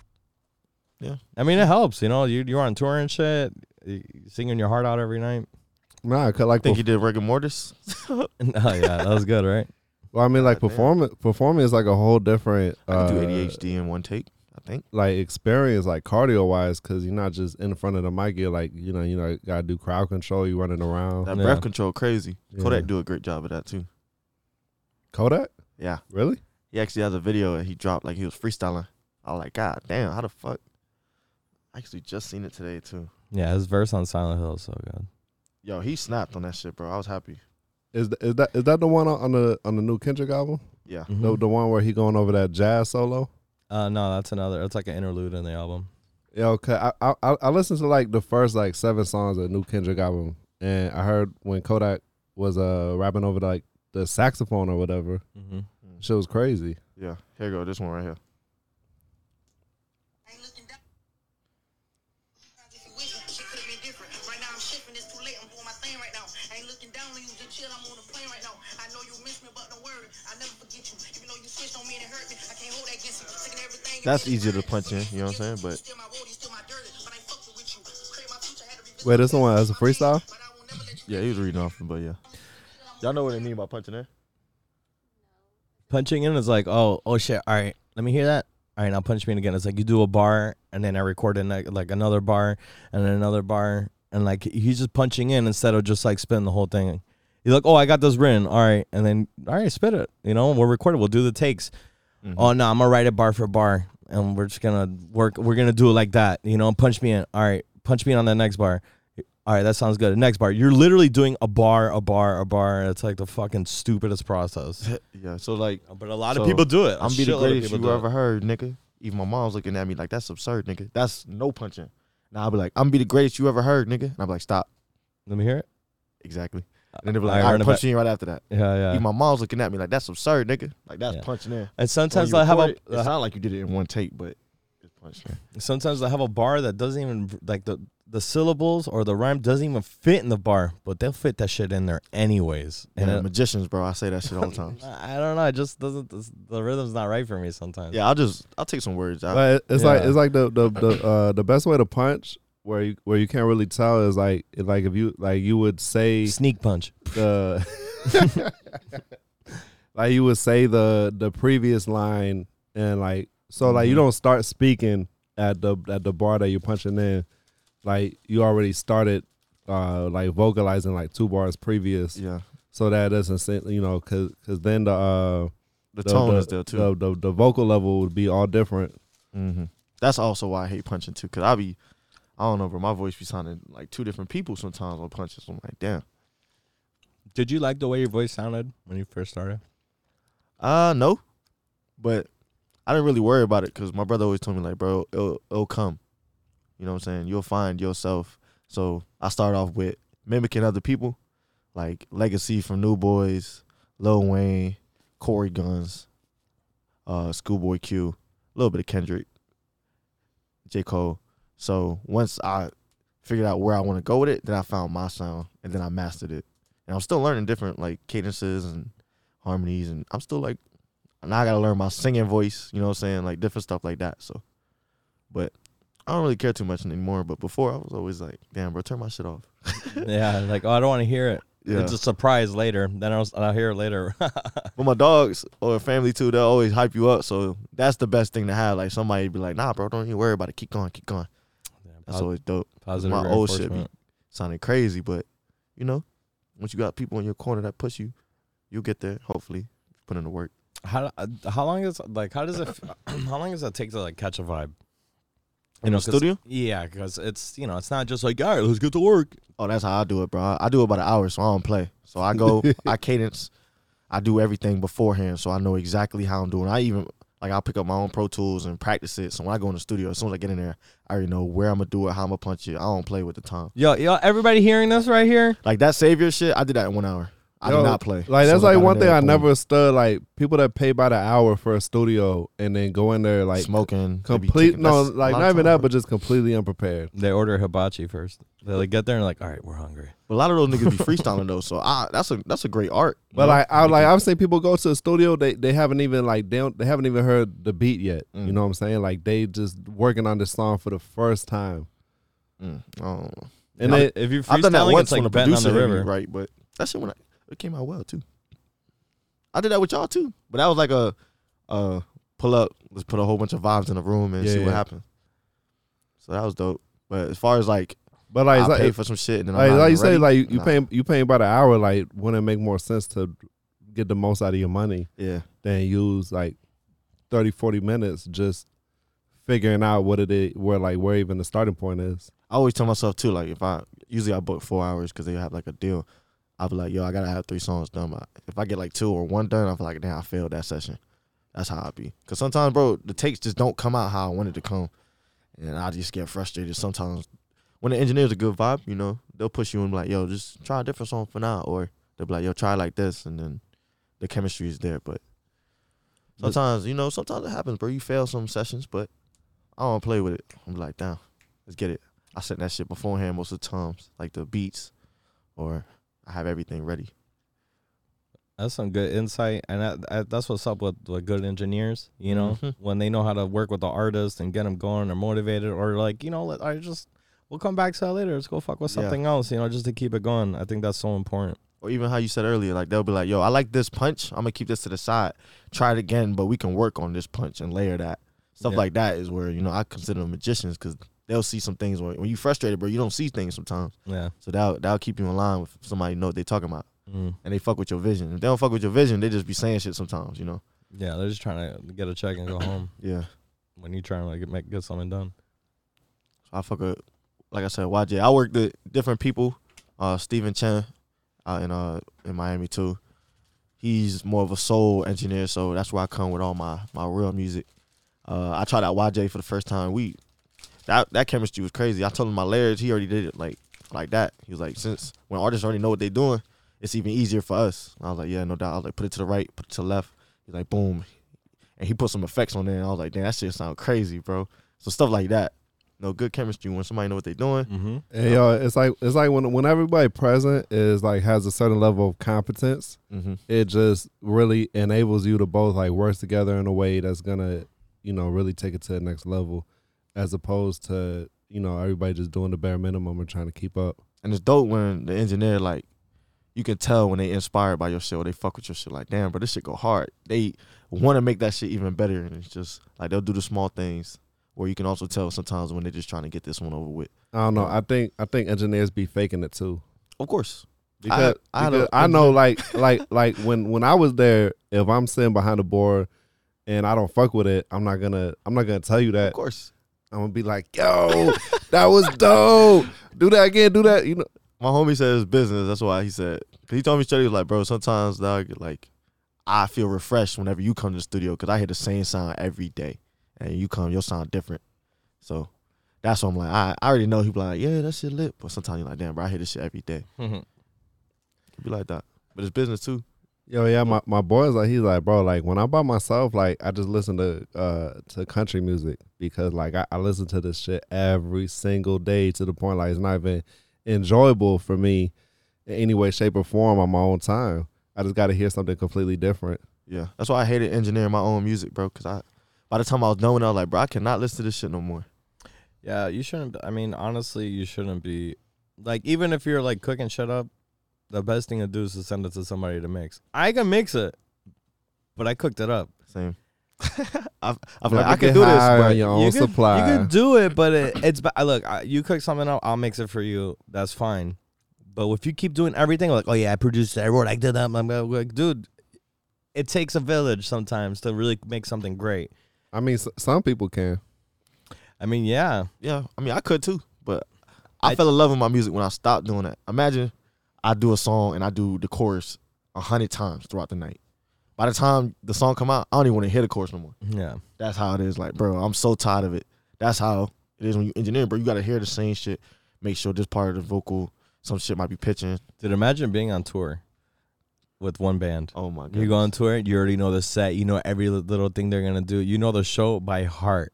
D: Yeah.
F: I mean, it helps. You know, you you're on tour and shit, you you singing your heart out every night. *laughs*
B: Nah, 'cause, like
D: I think
B: perf-
D: he did rigor mortis. *laughs*
F: oh yeah, that was good, right?
B: well, I mean like
D: God damn.
B: performing performing is like a whole different
D: I
B: uh,
D: could do ADHD in one take. I think.
B: like experience like cardio wise because you're not just in front of the mic. You're like you know you know gotta do crowd control. You running around.
D: That
F: Yeah.
D: breath control crazy.
B: Yeah.
D: Kodak do a great job of that too.
B: Kodak
D: Yeah.
B: really?
D: He actually has a video that he dropped like he was freestyling. I was like, God damn, how the fuck? I actually just seen it today too.
F: Yeah, his verse on Silent Hill is so good.
D: Yo, he snapped on that shit, bro. I was happy.
B: Is th- is that is that the one on- on the on the new Kendrick album?
D: Yeah.
B: The, the one where he going over that jazz solo?
F: Uh, no, that's another. That's like an interlude in the album.
B: Yo, cause I, I I I listened to like the first like seven songs of the new Kendrick album, and I heard when Kodak was uh rapping over like the saxophone or whatever,
F: Mm-hmm.
B: shit was crazy.
D: Yeah. Here you go. This one right here.
J: ain't looking down. Sometimes if you wish, shit could have been different. Right now I'm shifting, it's too late. I'm doing my thing right now. I ain't looking down on you, just chill. I'm on the plane right now. I know you miss me, but don't worry. I'll never forget you. Even though you switched on me and it hurt me, I can't hold that against you. Taking everything. you
D: That's
J: did is
D: easier to
J: hurt.
D: punch in, you know what I'm saying?
J: You
D: But
J: still my road, you still my dirty, but I ain't fucking with you. Create my future, had to revisit
B: Wait, this
J: my
B: one
J: past,
B: as a
J: my pain,
B: freestyle?
J: but I will never let you
D: yeah, he was reading off, but yeah. Y'all know what I mean by punching in?
F: punching in is like, oh, oh shit. All right, let me hear that. All right, now punch me in again. It's like you do a bar, and then I record in like, like another bar, and then another bar, and like he's just punching in instead of just like spitting the whole thing. You're like, oh, I got this written. All right, and then all right, spit it. You know, we're recorded. We'll do the takes. Oh no, I'm gonna write it bar for bar, and we're just gonna work. We're gonna do it like that. You know, punch me in. All right, punch me in on the next bar. All right, that sounds good. Next bar, you're literally doing a bar, a bar, a bar. It's like the fucking stupidest process.
D: *laughs* Yeah. So like
F: But a lot of
D: So,
F: people do it. A
D: I'm be
F: shitload
D: the
F: of
D: greatest
F: people
D: you
F: do it.
D: ever heard, nigga. Even my mom's looking at me like that's absurd, nigga. That's no punching. Now I'll be like, I'm be the greatest you ever heard, nigga. And I'm like, stop.
F: Let me hear it.
D: Exactly. And then they'll be
F: I
D: like,
F: heard
D: I'm
F: about-
D: punching you right after that.
F: Yeah,
D: Even my mom's looking at me like that's absurd, nigga. Like that's
F: Yeah.
D: punching in.
F: And sometimes
D: When
F: I
D: you
F: have a uh,
D: record it, It's not like you did it in one take, but it's punching in.
F: sometimes I have a bar that doesn't even like the the syllables or the rhyme doesn't even fit in the bar, but they'll fit that shit in there anyways.
D: And
F: And
D: the
F: it-
D: magicians, bro, I say that shit all the
F: *laughs*
D: time.
F: I I don't know. It just doesn't. this- The rhythm's not right for me sometimes.
D: yeah, I'll just I'll take some words out.
B: But it- it's like
F: Yeah.
B: it's like the the the uh, the best way to punch where you where you can't really tell is like like if you like you would say
F: Sneak punch.
B: the *laughs* like you would say the the previous line and like so like
D: Mm-hmm.
B: you don't start speaking at the at the bar that you're punching in like you already started uh like vocalizing like two bars previous
D: yeah.
B: so that doesn't seem you know because cause then the uh
D: The, tone is there too.
B: the, the the vocal level would be all different
D: hmm That's also why I hate punching too, cause I be, I don't know, bro. My voice be sounding like two different people sometimes on punches. I'm like, damn.
F: Did you like the way your voice sounded when you first started?
D: Uh no, Uh, but I didn't really worry about it because my brother always told me like, bro, it'll, it'll come. You know what I'm saying? You'll find yourself. So I start off with mimicking other people, like Legacy from New Boys, Lil Wayne, Corey Guns, uh, Schoolboy Q, a little bit of Kendrick, J Cole. So once I figured out where I want to go with it, then I found my sound and then I mastered it. And I'm still learning different like cadences and harmonies, and I'm still like now I gotta learn my singing voice, you know what I'm saying? Like different stuff like that. So but I don't really care too much anymore. But before I was always like, damn bro, turn my shit off.
F: yeah, like oh, I don't want to hear it.
D: Yeah.
F: It's a surprise later. Then I'll, I'll hear it later. *laughs*
D: But my dogs or family too, they'll always hype you up. So that's the best thing to have. Like somebody be like, nah bro, don't even worry about it. Keep going, keep going. That's
F: pos-
D: always dope.
F: positive
D: my old shit be
F: reinforcement.
D: sounding crazy, but you know, once you got people in your corner that push you, you'll get there, hopefully. Put in the work.
F: how uh, how long is like how does it f- *clears throat* how long does that take to like catch a vibe?
D: In the
F: 'cause-
D: studio?
F: Yeah, because it's you know it's not just like all right, let's get to work.
D: Oh, that's how I do it, bro. I- I do about an hour, so I don't play. So
B: *laughs*
D: I go, I cadence, I do everything beforehand, so I know exactly how I'm doing. I even like I'll pick up my own Pro Tools and practice it. So when I go in the studio, as soon as I get in there, I already know where I'm gonna do it, how I'm gonna punch it. I don't play with the time.
F: Yo, yo, everybody hearing this right here?
D: Like that savior shit, I did that in one hour. I
B: Yo,
D: did not play.
B: Like
D: As
B: that's
D: soon as
B: like
D: got
B: one
D: in
B: thing
D: there,
B: I
D: boom.
B: never understood. Like people that pay by the hour for a studio and then go in there like
D: smoking they be
B: complete.
D: kicking-
B: No,
D: that's a
B: like
D: lot of
B: not even
D: time,
B: that,
D: bro.
B: but just completely unprepared.
F: They order hibachi first. They like get there and like all right, we're hungry.
D: But a lot of those niggas be freestyling though, so I that's a that's a great art. you
B: But
D: know?
B: like I like I've seen people go to the studio, they they haven't even like they, don't, they haven't even heard the beat yet. You
D: Mm.
B: know what I'm saying? Like they just working on this song for the first time.
D: Mm, I don't know.
B: And
F: Now,
B: it,
F: if you're
D: I've done that
F: freestyling,
D: once
F: it's like
D: when a
F: betting
D: producer
F: on the
D: hit me,
F: river.
D: right? But that shit when I, it came out well too. I did that with y'all too, but that was like a, uh, pull up. Let's put a whole bunch of vibes in the room and
B: Yeah,
D: see what
B: yeah.
D: happens. So that was dope. But as far as like,
B: but like
D: I
B: it's like,
D: pay
B: it-
D: for some shit and then I'm
B: like,
D: not
B: like you
D: even
B: say,
D: ready,
B: like you, you
D: nah.
B: paying you paying by the hour. Like wouldn't it make more sense to get the most out of your money
D: Yeah,
B: than use like 30, 40 minutes just figuring out what it is, where like where even the starting point is.
D: I always tell myself too. Like if I usually I book four hours because they have like a deal. I'll be like, yo, I gotta have three songs done. By. If I get like two or one done, I feel like, damn, I failed that session. That's how I be. Cause sometimes, bro, the takes just don't come out how I wanted to come, and I just get frustrated. Sometimes, when the engineer's a good vibe, you know, they'll push you and be like, yo, just try a different song for now, or they'll be like, yo, try like this, and then the chemistry is there. But
B: But-
D: sometimes, you know, sometimes it happens, bro. You fail some sessions, but I don't play with it. I'm like, damn, let's get it. I sent that shit beforehand most of the times, like the beats, or I have everything ready.
F: That's some good insight, and that, that, that's what's up with, with good engineers. You know,
D: Mhm.
F: when they know how to work with the artist and get them going or motivated, or like you know, let, I just we'll come back to that later. Let's go fuck with
D: Yeah.
F: something else. You know, just to keep it going. I think that's so important.
D: or even how you said earlier, like they'll be like, "Yo, I like this punch. I'm gonna keep this to the side. Try it again, but we can work on this punch and layer that stuff
F: Yeah.
D: like that." Is where you know I consider them magicians because they'll see some things when, when you frustrated, bro. You don't see things sometimes,
F: Yeah.
D: so that'll that'll keep you in line with somebody know what they talking about,
F: Mm.
D: and they fuck with your vision. If they don't fuck with your vision, they just be saying shit sometimes, you know.
F: Yeah, they're just trying to get a check and go home *coughs*
D: Yeah,
F: when you're trying to like make get something done.
D: so I fuck with, like I said, YJ. I worked with different people, uh, Stephen Chen, out in uh in Miami too. He's more of a soul engineer, so that's where I come with all my my real music. Uh, I tried out YJ for the first time. We that that chemistry was crazy. I told him my layers. He already did it like like that. He was like, since when artists already know what they're doing, it's even easier for us. And I was like, yeah, no doubt. I was like, put it to the right, put it to the left. He's like, boom, and he put some effects on there. And I was like, damn, that shit sound crazy, bro. So stuff like that. No good chemistry when somebody know what they're doing.
F: Mm-hmm.
B: And yo, it's like it's like when when everybody present is like has a certain level of competence,
D: Mm-hmm.
B: it just really enables you to both like work together in a way that's gonna, you know, really take it to the next level, as opposed to you know everybody just doing the bare minimum and trying to keep up.
D: And it's dope when the engineer like you can tell when they inspired by your shit or they fuck with your shit like damn bro this shit go hard. They wanna make that shit even better and it's just like they'll do the small things where you can also tell sometimes when they're just trying to get this one over with.
B: I don't know. I think I think engineers be faking it too.
D: Of course.
B: Because,
D: I
B: I,
D: had a-
B: because I know like like like when when I was there, if I'm sitting behind the board and I don't fuck with it, I'm not gonna I'm not gonna tell you
D: Of
B: that.
D: course.
B: I'm gonna be like, yo, that was dope. Do that again. Do that. You know.
D: My homie said it's business, that's why he said 'cause he told me straight, he was like, bro, sometimes dog like I feel refreshed whenever you come to the studio because I hear the same sound every day, and you come, your sound different. So that's why I'm like, I, I already know he be like, yeah, that shit lit. But sometimes you're like, damn, bro, I hear this shit
B: *laughs*
D: every day.
B: Mm-hmm.
F: Mhm.
D: It be like that, but it's business too.
B: Yo, yeah, my, my boy's like he's like, bro, like when I'm by myself, like I just listen to uh to country music because like I, I listen to this shit every single day to the point like it's not even enjoyable for me in any way, shape, or form on my own time. I just gotta hear something completely different.
D: Yeah, that's why I hated engineering my own music, bro. Because I, by the time I was knowing, I was like, bro, I cannot listen to this shit no more.
F: Yeah, you shouldn't. I mean, honestly, you shouldn't be like even if you're like cooking shit up. The best thing to do is to send it to somebody to mix. I can mix it, but I cooked it up.
B: *laughs*
D: Same. I've, I've
B: Never
D: like, I can
B: get
D: do this,
B: high
D: but
B: on your own
F: you could-
B: supply.
F: you can do it, but it, it's ba- look. I, you cook something up, I'll mix it for you. That's fine. But if you keep doing everything, like oh yeah, I produced it, I wrote, it, I did that, I'm like, dude, it takes a village sometimes to really make something great.
B: I mean, s- some people can.
F: I mean, yeah,
D: Yeah, I mean, I could too, but I,
F: I-
D: fell in love with my music when I stopped doing that. Imagine I do a song and I do the chorus a hundred times throughout the night. By the time the song come out, I don't even want to hear the chorus no more.
F: yeah.
D: That's how it is. Like, bro, I'm so tired of it. That's how it is when you engineer, bro. You gotta hear the same shit. Make sure this part of the vocal, some shit might be pitching.
F: Dude, imagine being on tour with one band.
D: Oh my god.
F: You go on tour, you already know the set, you know every li- little thing they're gonna do, you know the show by heart.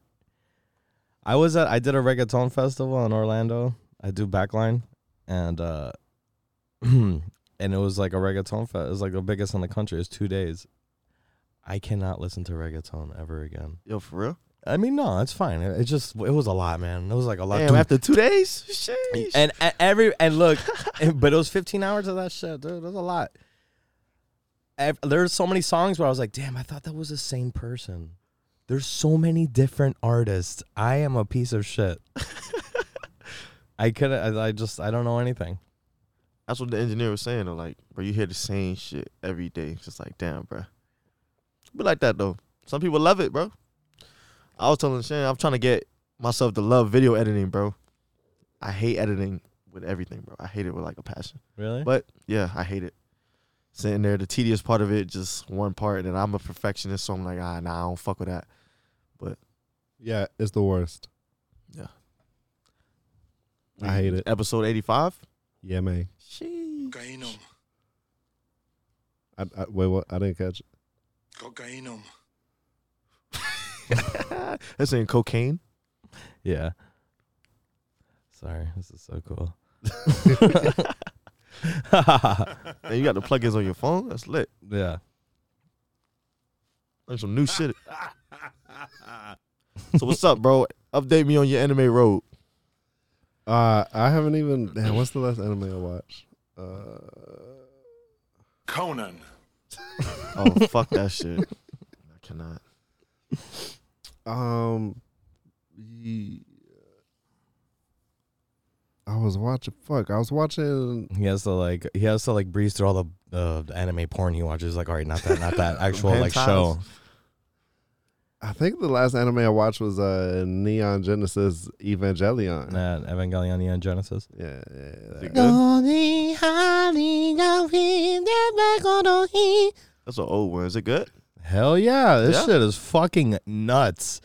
F: I was at I did a reggaeton festival in Orlando. I do backline, and uh, *clears throat* and it was like a reggaeton fest. It was like the biggest in the country. It's two days. I cannot listen to reggaeton ever again.
D: Yo, for real?
F: I mean, no, it's fine. It, it just it was a lot, man. It was like a lot.
D: Damn,
F: Dude,
D: after two days? Shit.
F: and, and every and look, *laughs* and- but it was 15 hours of that shit, dude. That's a lot. Ev- There's so many songs where I was like, damn, I thought that was the same person. There's so many different artists. I am a piece of shit. I could I, I just I don't know anything.
D: That's what the engineer was saying though. Like, bro, you hear the same shit every day. It's just like, damn, bro. Be like that though. Some people love it, bro. I was telling Shannon, I'm trying to get myself to love video editing, bro. I hate editing with everything, bro. I hate it with like a passion.
F: Really?
D: But yeah, I hate it. Sitting there, the tedious part of it, just one part, and then I'm a perfectionist, so I'm like, ah, nah, I don't fuck with that.
B: Yeah, it's the worst. I hate it.
D: Episode 85.
B: Yeah, man.
D: Sheesh.
K: Cocainum,
B: I, I, wait, what? I didn't catch it.
K: cocainum,
D: *laughs* That's in cocaine.
F: yeah. Sorry, this is so cool.
D: And you got the plugins on your phone. That's lit.
F: yeah.
D: Learn some new shit. so what's up, bro? Update me on your anime road.
B: Uh, I haven't even. Damn, what's the last anime I watched? Uh,
K: Conan,
D: Oh fuck that shit. I cannot.
B: Um, ye- I was watching. Fuck, I was watching.
F: He has to like he has to like breeze through all the uh, anime porn he watches. Like, all right, not that, not that actual like
D: Hentais.
F: show.
B: I think the last anime I watched was uh Neon Genesis Evangelion.
F: Nah, Evangelion Neon Genesis.
B: Yeah, yeah,
D: Is
B: yeah.
D: it good? That's an old one. Is it good?
F: Hell yeah, this
D: Yeah.
F: shit is fucking nuts.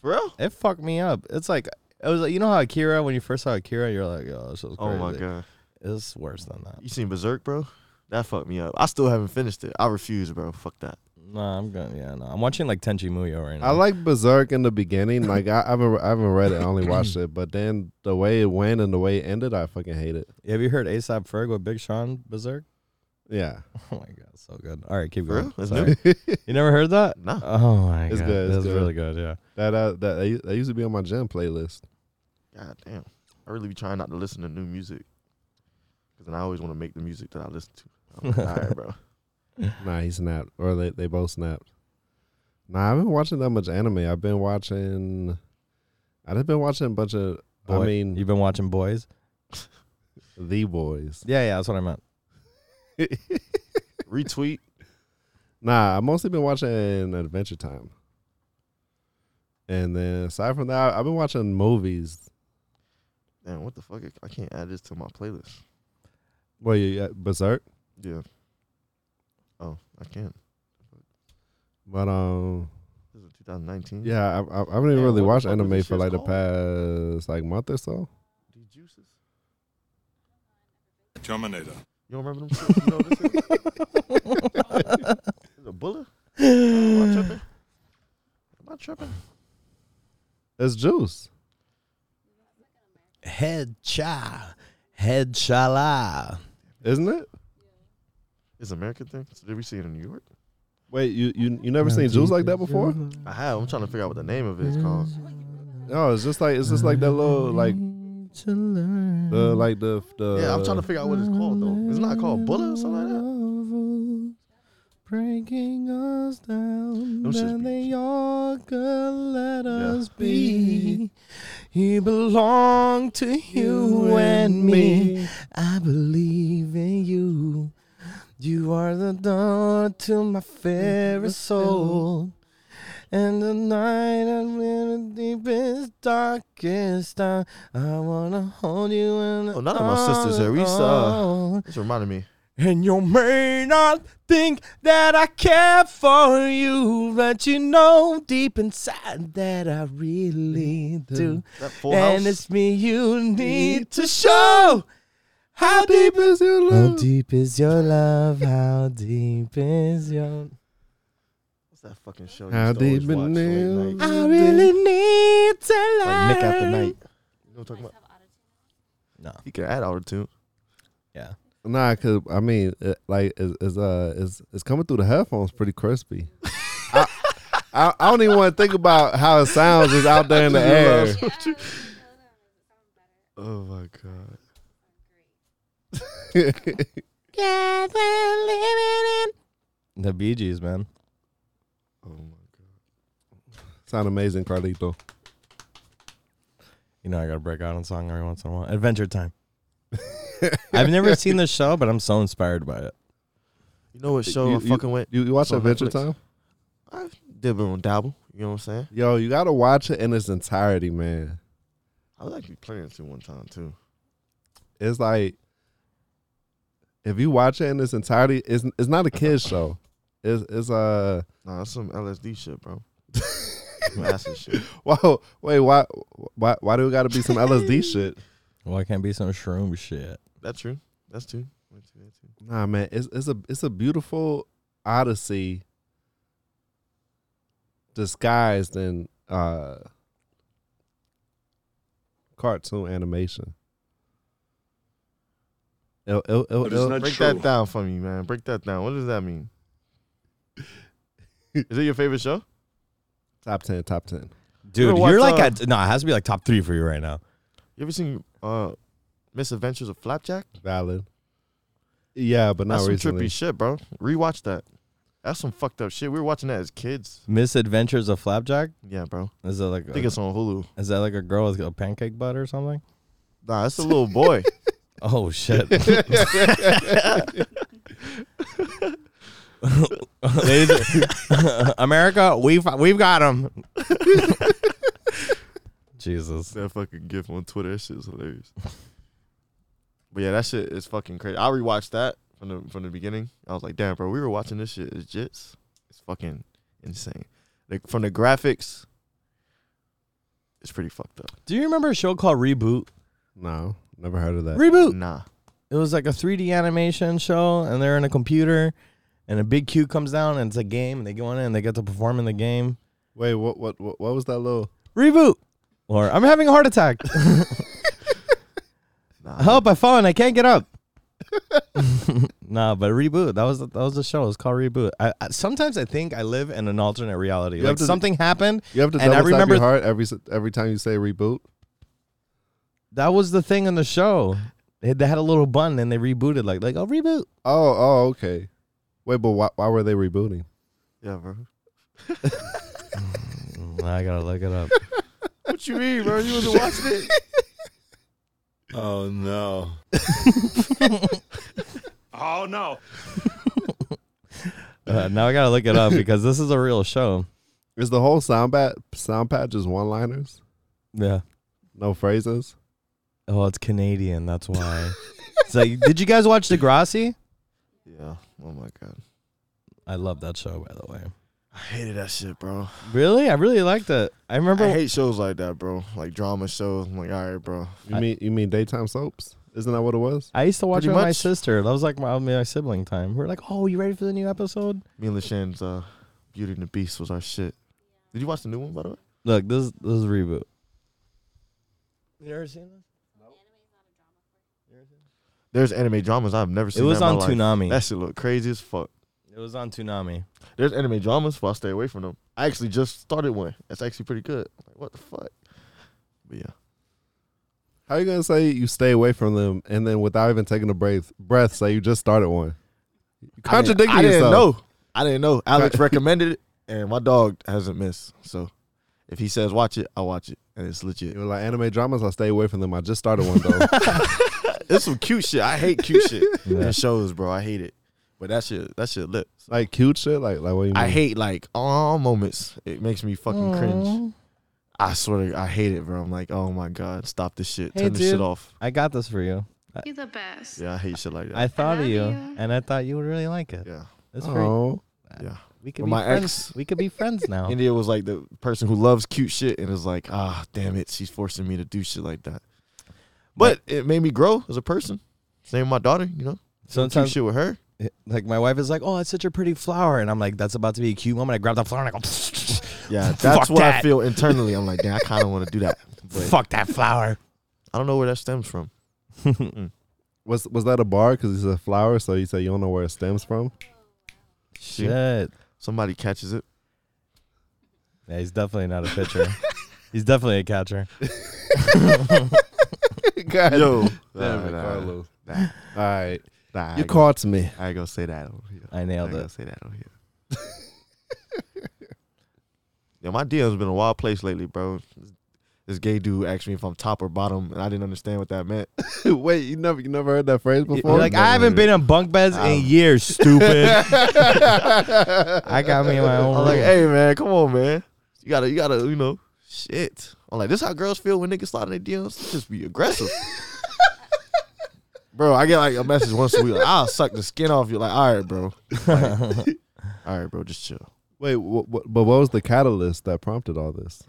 D: For real?
F: It fucked me up. It's like it was like you know how Akira when you first saw Akira, you're like, oh, this is crazy.
D: Oh my god.
F: it's worse than that.
D: You seen Berserk, bro? That fucked me up. I still haven't finished it. I refuse, bro. Fuck that.
F: Nah, I'm gonna yeah, no. I'm watching like Tenchi Muyo right now.
B: I like Berserk in the beginning. Like I, I haven't, I haven't read it. I only watched it. But then the way it went and the way it ended, I fucking hate it.
F: Have you heard ASAP Ferg with Big Sean Berserk? *laughs*
B: Yeah,
F: Oh my god, so good. All right, keep
D: For
F: going.
D: real? That's
F: Sorry. you never heard
B: *laughs*
F: that?
D: Nah.
F: Oh my
B: It's
F: god,
B: good, it's
F: that's
B: good.
F: really good. Yeah.
B: that uh, that that u- that used to be on my gym playlist.
D: God damn. I really be trying not to listen to new music. Cause then I always want to make the music that I listen to. I'm like, all right, bro.
B: Nah, he snapped, or they they both snapped. Nah, I haven't watching that much anime. I've been watching. I've been watching a bunch of. I
F: Boy-
B: mean,
F: you've been watching Boys.
B: the boys. *laughs*
F: Yeah, yeah, that's what I meant.
D: Retweet.
B: Nah, I've mostly been watching Adventure Time. And then aside from that, I've been watching movies.
D: Damn, what the fuck? I can't add this to my playlist.
B: Well, you got Berserk.
D: Yeah. Oh, I can't.
B: But um,
D: This is 2019.
B: yeah, I, I, I haven't even
D: Man,
B: really
D: what the
B: watched
D: fuck was
B: anime
D: this
B: for
D: shit's
B: like the
D: called?
B: past like month or so.
D: These juices.
K: Terminator.
D: You don't remember them? shits? You know what this *laughs* is? Is it a bullet? *sighs* Am I tripping? Am I tripping?
B: It's juice.
F: Head cha, head chala.
B: Isn't it?
D: It's an American thing. So did we see it in New York?
B: Wait, you you, you never seen juice like that before?
D: I have. I'm trying to figure out what the name of it is called.
B: No, it's just like it's just like that little like the like the the
D: Yeah, I'm trying to figure out what it's called though. It's not called bullet or something like that.
B: breaking us down.
D: Them shits
B: then
D: be-
B: they all could let
D: *laughs*
B: us
F: be.
B: be.
F: You belong to you, and me. I believe in you. You are the door to
D: *laughs*
F: my favorite soul. And the night I'm in the deepest, darkest time, I wanna hold you in
D: Oh, none of my sisters here. We used to, uh, This reminded me.
F: And you may not think that I care for you, but you know deep inside that I really do.
D: That full
F: and
D: house.
F: it's me you need to show. How deep
B: is your
F: How
B: love?
F: deep is your love? How deep is your
D: What's that fucking show?
B: How
D: How deep
B: deep
D: watch
B: in
D: late night?
B: there?
F: I really need to
D: Like Nick after
F: learn.
D: night. You know what I'm talking about?
F: No.
D: He can add altitude.
F: Yeah.
B: Nah, cause I mean, it, like, it's, it's uh, it's it's coming through the headphones pretty
D: *laughs*
B: crispy. I, I I don't even want to think about how it sounds just out there in
D: *laughs*
B: the air.
D: Oh my god.
F: God, we're living in the Bee Gees, man.
D: Oh my
B: Sound amazing, Carlito.
F: You know I gotta break out on song every once in a while. Adventure Time. *laughs* I've *laughs* never seen the show, but I'm so inspired by it.
D: You know what show
B: you,
D: I fucking went?
B: You, you watch
D: It's on
B: Adventure
D: Netflix.
B: Time?
D: I did a little dabble. You know what I'm saying?
B: Yo, you gotta watch it in its entirety, man.
D: I was actually playing to one time too.
B: It's like if you watch it in its entirety, it's it's not a kids show. It's it's uh
D: Nah, that's some LSD shit, bro. *laughs* Some acid shit.
B: *laughs* whoa wait why why why do we gotta be some LSD shit?
F: Why can't be some shroom shit?
D: That's true. That's true. Went to that too.
B: Nah, man, it's it's a it's a beautiful odyssey disguised in uh cartoon animation. It'll, it'll, it'll,
K: But it's
B: it'll-
K: not
D: Break
K: true.
D: that down for me, man. Break that down. What does that *laughs* mean? Is it your favorite show?
B: top ten, top ten.
F: Dude,
D: Remember
F: you're
D: what,
F: like at no, it has to be like top three for you right now.
D: You ever seen uh, Misadventures of Flapjack?
B: Valid. Yeah, but not
D: That's some
B: recently.
D: trippy shit, bro. Rewatch that. That's some fucked up shit. We were watching that as kids.
F: Misadventures of Flapjack?
D: Yeah, bro.
F: Is that like
D: I
F: a,
D: think it's on Hulu.
F: is that like a girl with a pancake butt or something?
D: Nah, *laughs* it's a little boy.
F: Oh shit. Ladies- *laughs* America, we've we've got him. *laughs* Jesus.
D: that fucking gif on Twitter. That shit is hilarious. but yeah, that shit is fucking crazy. I rewatched that from the from the beginning. I was like, damn, bro, we were watching this shit as jits. It's fucking insane. Like from the graphics, it's pretty fucked up.
F: Do you remember a show called Reboot?
B: No, never heard of that.
F: Reboot.
D: Nah.
F: It was like a 3D animation show, and they're in a computer, and a big cube comes down, and it's a game, and they go in and they get to perform in the game.
B: Wait, what, what what what was that little?
F: Reboot. Or I'm having a heart attack. *laughs*
D: Nah.
F: Help! I fall and I can't get up. *laughs* nah, but reboot. That was the, that was the show. It's called reboot. I, I, sometimes I think I live in an alternate reality.
B: You have
F: like
B: to-
F: something happened.
B: You have to
F: And I
B: double tap
F: remember-
B: your heart every s- every time you say reboot.
F: That was the thing in the show. They, they had a little button and they rebooted. Like like oh reboot.
B: Oh, oh, okay. Wait, but why why were they rebooting?
D: Yeah, *laughs* bro.
F: I gotta look it up. *laughs*
D: What you mean, bro? You wasn't watching *laughs* it?
K: Oh no. oh no.
F: Uh, now I gotta look it up because this is a real show.
B: Is the whole sound bat sound patch just one liners?
F: Yeah.
B: No phrases?
F: Oh, it's Canadian. That's why. it's like, did you guys watch Degrassi?
D: Yeah. Oh my god.
F: I love that show, by the way.
D: I hated that shit, bro.
F: Really? I really liked it. I remember.
D: I hate shows like that, bro. Like drama shows. I'm like, all right, bro.
B: You mean you mean daytime soaps? Isn't that what it was?
F: I used to watch it
D: Pretty
F: with my
D: much.
F: sister. That was like my, my sibling time. We are like, oh, you ready for the new episode?
D: Me and Lashan's uh, Beauty and the Beast was our shit. Did you watch the new one by the way?
F: Look, this this is a reboot.
I: You ever seen this?
D: There's anime dramas I've never seen.
F: was
D: that in
F: on
D: my life.
F: Toonami.
D: That shit look crazy as fuck.
F: It was on Toonami.
D: There's anime dramas, but I stay away from them. I actually just started one. That's actually pretty good. I'm like, what the fuck? But yeah,
B: How you gonna say you stay away from them and then without even taking a breath breath say you just started one? You contradicting
D: I didn't, I
B: yourself.
D: didn't know. I didn't know. *laughs* Alex recommended it, and my dog hasn't missed. So if he says watch it, I watch it, and it's legit.
B: You were like anime dramas, I stay away from them. I just started one
D: *laughs*
B: though.
D: It's some cute shit. I hate cute shit
F: *laughs* Yeah.
D: in shows, bro. I hate it. But that shit, that shit lit.
B: like cute shit, like like what you mean?
D: I hate like all moments. It makes me fucking cringe. I swear, to, God, I hate it, bro. I'm like, oh my god, stop this shit.
F: Hey,
D: Turn this
F: dude.
D: shit off.
F: I got this for you. I,
L: You're the best.
D: Yeah, I hate shit like that.
F: I thought of
L: you.
F: you, and I thought you would really like it.
D: yeah,
F: It's free.
B: Oh,
D: yeah.
F: We could
D: Well,
F: be
D: my
F: friends.
D: ex-
F: We could be friends *laughs* now.
D: India was like the person who loves cute shit and is like, ah, damn it, she's forcing me to do shit like that. But it made me grow as a person. Same with my daughter, you know. Doing
F: Sometimes-
D: cute shit with her.
F: like my wife is like, "Oh, it's such a pretty flower," and I'm like, "That's about to be a cute moment." I grab that flower and I go, *laughs*
D: *laughs* Yeah,
F: Fuck
D: that's what I
F: that.
D: feel internally. I'm like, damn, I kind of want to do *laughs* that. But
F: "Fuck that flower."
D: I don't know where that stems from.
B: Was was that a bar? Because it's a flower, so you say you don't know where it stems from.
D: Shit.
F: Shit.
D: Somebody catches *laughs* it.
F: Yeah, he's definitely not a pitcher. he's definitely a catcher.
B: God,
D: Yo,
B: damn it,
D: Nah, nah,
B: Carlos.
D: nah. Nah,
B: All right,
D: I
B: you
D: ain't gonna-
B: caught me.
D: I ain't gonna say that. Over here.
F: I
D: I
F: nailed
D: ain't gonna
F: it.
D: say that on here. *laughs* yeah, my DM's been a wild place lately, bro. This gay dude asked me if I'm top or bottom, and I didn't understand what that meant. *laughs*
B: Wait, you never you never heard that phrase before?
F: *laughs* You're like, I haven't been in bunk beds in years, stupid. I got me in my own
D: I'm like,
F: room.
D: hey man, come on, man. You gotta, you gotta, you know, shit. I'm like, this how girls feel when niggas slide in their DMs. They Just be aggressive. *laughs* bro, I get like a message once a week. Like, I'll suck the skin off you. Like, all right, *laughs* bro. Like, all right, bro, just chill.
B: Wait, wh- wh- but what was the catalyst that prompted all this?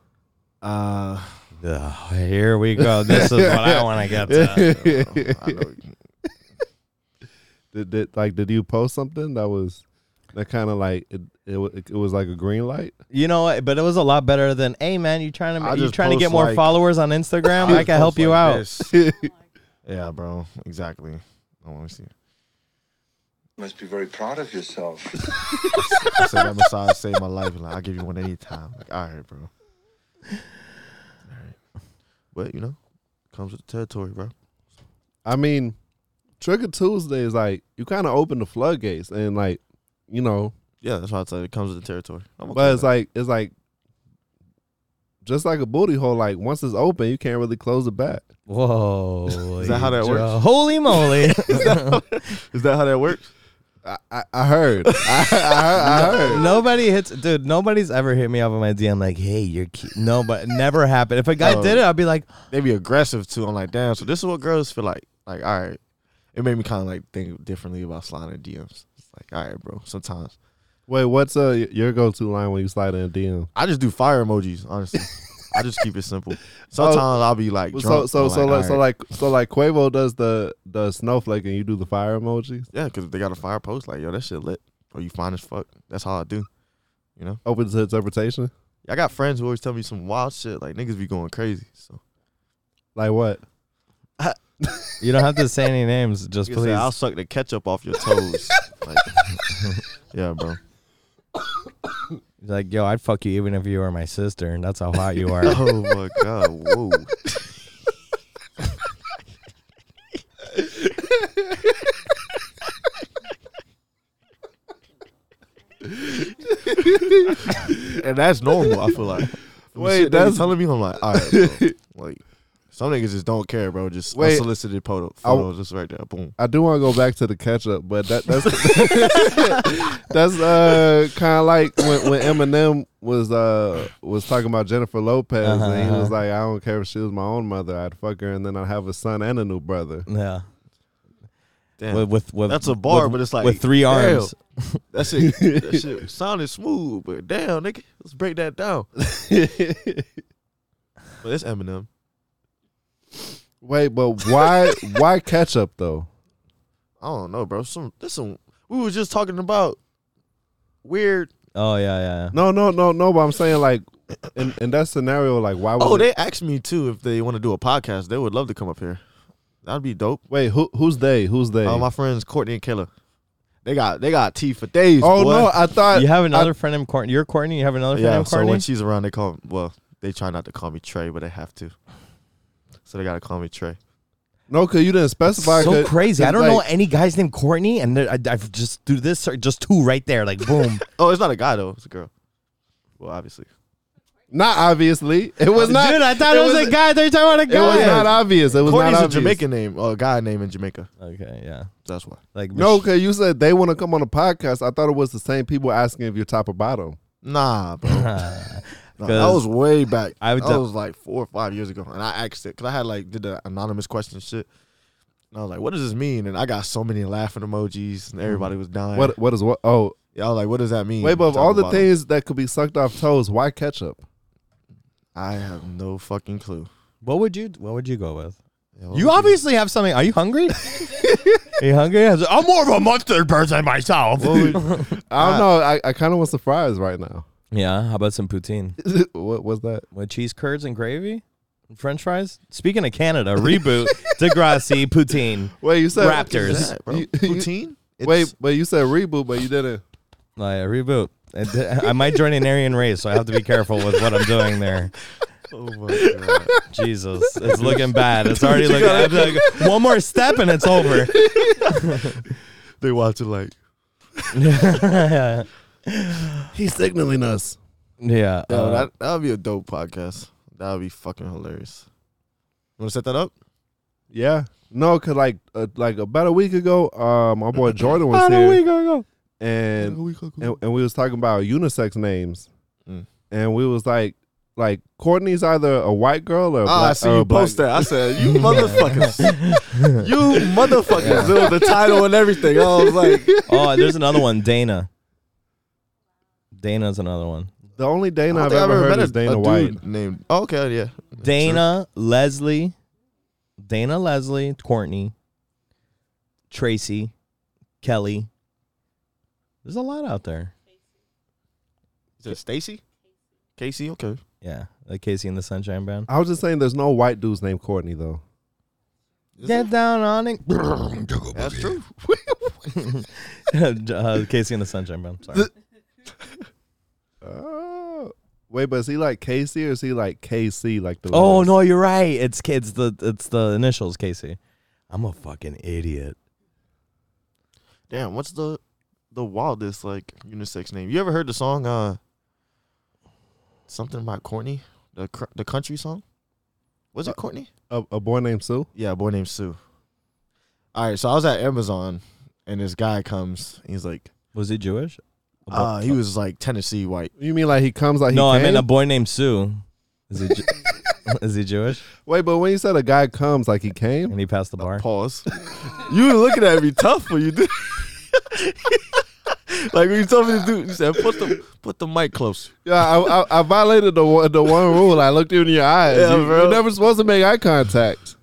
D: Uh, *laughs*
F: Ugh, here we go. This is what I want to get to.
D: I *laughs* know.
B: Did, did like did you post something that was that kind of like it, it wa- it was like a green light?
F: You know, what? but it was a lot better than, hey man, you trying
D: I
F: to you
D: just
F: trying to get
D: post
F: more
D: like-
F: followers on Instagram? I, can help you
D: Oh.
F: out.
D: *laughs* yeah, bro. Exactly. I want to see.
M: must be very proud of yourself.
D: I said that massage saved my life. Like, I'll give you one anytime. Like, all right, bro. All right. But, you know, comes with the territory, bro.
B: I mean, Trigger Tuesday is like you kind of open the floodgates and like you know,
D: Yeah, that's why I said it comes with the territory. I'm okay
B: but
D: with
B: it's
D: that.
B: like it's like just like a booty hole. Like once it's open, you can't really close it back.
F: Whoa.
D: Is that how that
F: Joe.
D: works?
F: Holy moly.
D: Is that how that works?
B: I I, I heard. I, I, I heard.
F: *laughs* Nobody hits, dude. Nobody's ever hit me up on my DM like, "Hey, you're cute." No, but never happened. If a guy
D: No.
F: did it, I'd be like,
D: They be aggressive too. I'm like, damn. So this is what girls feel like. Like, all right. It made me kind of like think differently about sliding in DMs. It's like, all right, bro. Sometimes
B: *laughs* Wait, what's uh y- your go to line when you slide in a DM?
D: I just do fire emojis. Honestly, I just keep it *laughs* simple. Sometimes I'll be like,
B: So
D: drunk.
B: so
D: I'm
B: so like, so
D: all right.
B: like so like Quavo does the the snowflake and you do the fire emojis.
D: yeah, because they got a fire post. Like, yo, that shit lit. Or you fine as fuck. That's how I do. You know,
B: Open to interpretation.
D: I got friends who always tell me some wild shit. Like niggas be going crazy. So
B: Like what?
F: "You don't have to say
D: *laughs*
F: any names, just
D: You can say,
F: please."
D: I'll suck the ketchup off your *laughs* toes. like, yeah, bro.
F: Like, yo, I'd fuck you even if you were my sister, and that's how hot you are.
D: *laughs* Oh my god. Whoa. and that's normal. I feel like. From the
B: Wait,
D: shit they be
B: that's-
D: telling me. I'm like, all right, *laughs* bro. like some niggas just don't care, bro. Just
B: Wait.
D: unsolicited photo, photos, just right there, boom.
B: I do want to go back to the ketchup, but that that's *laughs* that's uh kind of like when, when Eminem was uh was talking about Jennifer Lopez and he was like, I don't care if she was my own mother, I'd fuck her and then I'd have a son and a new brother.
F: yeah.
D: Damn.
F: With, with, with
D: that's a bar,
F: with-
D: but it's like
F: with three
D: damn,
F: arms.
D: That
F: *laughs*
D: shit, that shit sounded smooth, but damn, nigga, let's break that
F: *laughs*
D: down. but it's Eminem.
B: Wait, but why why ketchup though?
D: I don't know, bro. Some this some we were just talking about weird.
F: Oh yeah, yeah. yeah.
B: No, no, no, no. But I'm saying like, in, in that scenario, like, why? Was
D: Oh,
B: it-
D: they asked me too if they want to do a podcast. They would love to come up here. That'd be dope.
B: Wait, who who's they? Who's they?
D: Oh, my friends Courtney and Kayla. They got they got tea for days.
B: Oh
D: boy.
B: no, I thought
F: You have another friend named Courtney. You're Courtney. You have another friend
D: yeah.
F: named
D: So when
F: Courtney.
D: she's around, they call well, they try not to call me Trey, but they have to. So they gotta call me Trey.
B: no, cause you didn't specify.
F: so
B: 'cause-
F: crazy. I
B: 'cause,
F: don't know
B: like,
F: any guys named Courtney, and there- I, I've just through this search, just two right there, like
D: *laughs*
F: boom.
D: Oh, it's not a guy though. It's a girl. Well, obviously.
B: Not obviously, it was not.
F: Dude, I thought it, was, a guy. They're talking about a
B: It was
F: guy.
B: not obvious. It was
D: Courtney's
B: not
D: a
B: obvious.
D: Jamaican name, or a guy name in Jamaica.
F: okay, yeah.
D: That's why.
F: Like
B: No, cause you said they want to come on a podcast. I thought it was the same people asking if you're top or bottom. *laughs*
D: Nah, bro. Nah, that was
F: 'Cause
D: way back.
F: I
D: I
F: would
D: that
F: def-
D: was like four or five years ago, and I asked it because I had like did the anonymous question shit, and I was like, "What does this mean?" And I got so many laughing emojis, and everybody was dying.
B: Mm-hmm. What? What is what? Oh,
D: Yeah, I was like, "What does that mean?"
B: wait, but of
D: Talk
B: all the
D: about it.
B: things that could be sucked off toes, why ketchup?
D: I have no fucking clue.
F: What would you What would you go with?
D: Yeah, what
F: You
D: would
F: obviously have something. Are you hungry? Are you hungry? oh. I was like, I'm more of a mustard person myself.
D: what would-
F: Uh,
B: I don't know. I, I kind of want some fries right now. *laughs*
F: yeah. How about some poutine
B: what was that?
F: with cheese curds and gravy, and French fries? Speaking of Canada, reboot Degrassi poutine.
B: Wait, you said
F: Raptors.
D: that, bro?
B: You- *laughs* you-
D: Poutine?
B: Wait, but you said reboot, but you didn't.
F: Like a reboot. And th- I might join an Aryan race, so I have to be careful with what I'm doing there.
D: oh my god!
F: Jesus, it's looking bad. It's already looking. I'm like, one more step and it's over. *laughs*
D: they watch it like
F: yeah,
B: He's signaling us.
F: yeah.
D: Yo,
F: uh,
D: that that would be a dope podcast. That would be fucking hilarious. You want to set that up?
B: Yeah. No, cause like uh, like about a week ago, uh, my boy Jordan was
F: About a
B: here,
F: week ago.
B: and, and and we was talking about unisex names,
D: Mm.
B: and we was like like Courtney's either a white girl or a
D: Ah, I
B: black.
D: see
B: or a
D: you
B: black-
D: post that. I
B: *laughs*
D: said, you motherfuckers. you motherfuckers. *laughs* It was the title and everything. I was like,
F: *laughs* Oh, there's another one, Dana. Dana's another one.
B: The only Dana
D: I
B: I've
D: think
B: ever, heard is
D: a-
B: Dana
D: a
B: White.
D: dude Named, oh, okay, yeah.
F: Dana, Leslie, Dana, Leslie, Courtney, Tracy, Kelly. There's a lot out there.
D: Is it Stacy? Casey, okay.
F: Yeah, like Casey and the Sunshine Band.
B: I was just saying, there's no white dudes named Courtney though.
F: Get down on it. *laughs*
D: That's true. *laughs*
F: uh, Casey and the Sunshine Band. Sorry.
B: Oh, wait, but is he like Casey or is he like KC? Like the
F: Oh
B: letters?
F: no, you're right. It's it's the it's the initials, Casey. I'm a fucking idiot.
D: Damn, what's the the wildest like unisex name? You ever heard the song uh something about Courtney? The cr- the country song? Was
B: Uh,
D: it Courtney?
B: a, a boy named Sue.
D: Yeah, a boy named Sue. All right, so I was at Amazon and this guy comes. He's like,
F: Was he Jewish?
D: uh, he was like Tennessee white.
B: You mean like he comes like
F: no,
B: he
F: I
B: came?
F: meant a boy named Sue. Is he Ju- *laughs* is he Jewish?
B: Wait, but when you said a guy comes like he came,
F: And he passed the bar.
D: Pause. *laughs* you were looking at me tough for you, dude. *laughs* like when you told me to do, you said put the put the mic close.
B: yeah, I, I, I violated the one, the one rule. I looked you in your eyes.
D: Yeah,
B: you,
D: bro.
B: You're never supposed to make eye contact.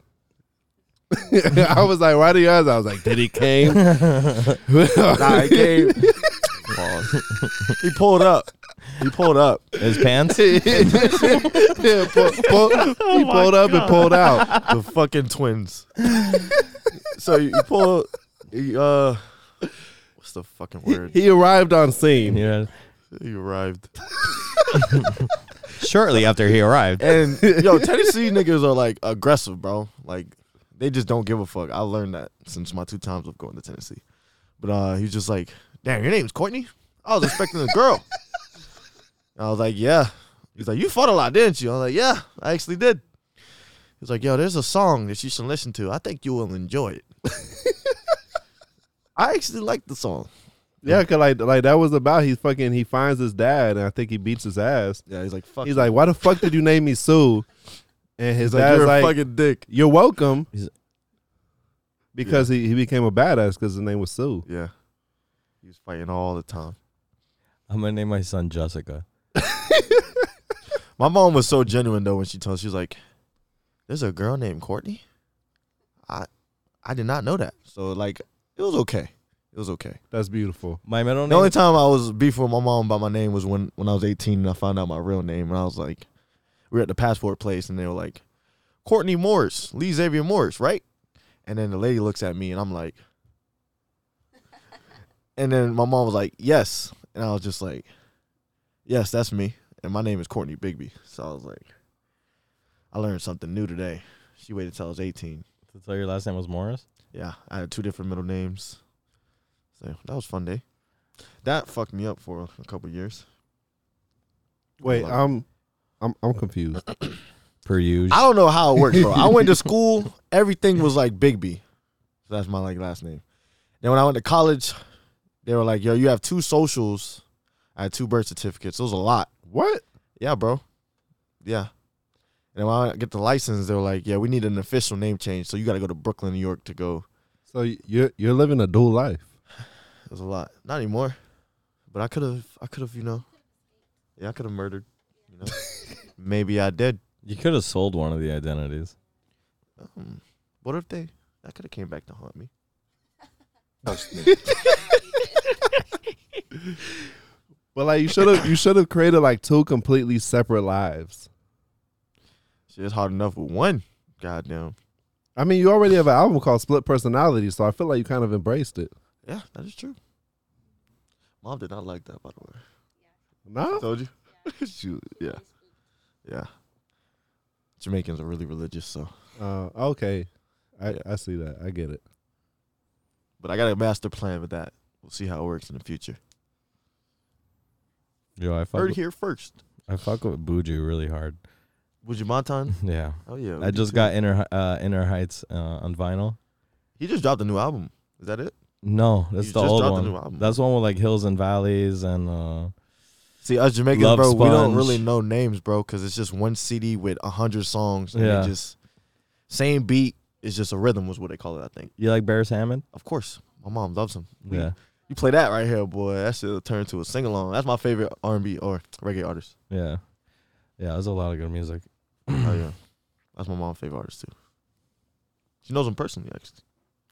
B: *laughs* I was like, why do your eyes? I was like, did he came?
D: Nah, *laughs* he came. Pause. He pulled up. He pulled up.
F: *laughs* His pants.
B: yeah, pull, pull, he pulled up and pulled out.
D: The fucking twins. so you, you pull. You, uh, what's the
B: *laughs*
D: fucking word?
B: He arrived on scene.
F: Yeah.
D: He arrived.
F: Shortly after he
D: *laughs*
F: arrived.
D: And yo, Tennessee niggas are like aggressive, bro. Like they just don't give a fuck. I learned that since my two times of going to Tennessee. But uh he was just like, "Damn, your name's Courtney? I was expecting a *laughs* girl." And I was like, "Yeah." He's like, "You fought a lot, didn't you?" I was like, "Yeah, I actually did." He's like, "Yo, there's a song that you should listen to. I think you will enjoy *laughs* it." I actually like the song.
B: Yeah, cause like like that was about he fucking he finds his dad and I think he beats his ass.
D: Yeah, he's like, "Fuck."
B: He's like, why the fuck did you name me Sue? And his
D: He's like,
B: dad's
D: "You're a
B: like,
D: fucking dick."
B: you're welcome. because he, he became a badass because his name was Sue.
D: Yeah, he was fighting all the time.
F: I'm gonna name my son Jessica.
D: My mom was so genuine though when she told. She was like, "There's a girl named Courtney." I, I did not know that. So like, it was okay. It was okay.
B: That's beautiful.
F: My middle name.
D: The only time I was beef with my mom about my name was when when I was 18 and I found out my real name and I was like, we were at the passport place and they were like, Courtney Morris, Lee Xavier Morris, right? And then the lady looks at me and I'm like, *laughs* and then my mom was like, yes, and I was just like, yes, that's me, and my name is Courtney Bigby. So I was like, I learned something new today. She waited till I was 18.
F: So your last name was Morris.
D: Yeah, I had two different middle names. So that was a fun day. That fucked me up for a couple years.
B: Wait, I'm I'm I'm confused.
F: Per usual.
D: I don't know how it works, bro. I went to school, *laughs* everything was like Bigby. So that's my like last name. Then when I went to college, they were like, yo, you have two socials. I had two birth certificates. It was a lot.
B: What?
D: Yeah, bro. Yeah. And then when I get the license, they were like, yeah, we need an official name change. So you got to go to Brooklyn, New York to go.
B: So y- you're you're living a dual life.
D: It was a lot. Not anymore. But I could have, I could have, you know, yeah, I could have murdered, you *laughs* know. Maybe I did.
F: You could have sold one of the identities.
D: Um, what if they, that could have came back to haunt me.
B: But like you *laughs* should have you should have created like two completely separate lives.
D: *laughs* Shit, it's hard enough with one. Goddamn.
B: I mean, you already have an album called Split Personality, so I feel like you kind of embraced it.
D: Yeah, that is true. Mom did not like that, by the way.
B: No,
D: *laughs* Told you. *laughs* She- yeah. Yeah. Jamaicans are really religious, so.
B: uh, okay, I, I see that. I get it.
D: But I got a master plan with that. We'll see how it works in the future.
F: Yo, I fuck.
D: Heard
F: With,
D: here first.
F: I fuck with Buju
D: *laughs*
F: really hard.
D: Would you Montan?
F: Yeah.
D: Oh yeah. we
F: I
D: do
F: just
D: too.
F: got Inner uh, Inner Heights uh, on vinyl.
D: He just dropped a new album. Is that it?
F: No, that's
D: You
F: the
D: just
F: old
D: dropped the
F: one.
D: new album.
F: That's one with like hills and valleys and uh,
D: See, us Jamaicans,
F: Love
D: bro, we don't
F: Sponge.
D: really know names, bro, because it's just one CD with a hundred songs. And
F: Yeah.
D: yeah. Just same beat. It's just a rhythm, was what they call it. I think.
F: you like Barris Hammond.
D: Of course, my mom loves him. We-
F: Yeah.
D: You play that right here, boy. That should turn to a sing along. That's my favorite R and B or reggae
F: *clears throat*
D: artist.
F: Yeah. Yeah, there's a lot of good music.
D: oh yeah, that's my mom's favorite artist too. She knows him personally, actually.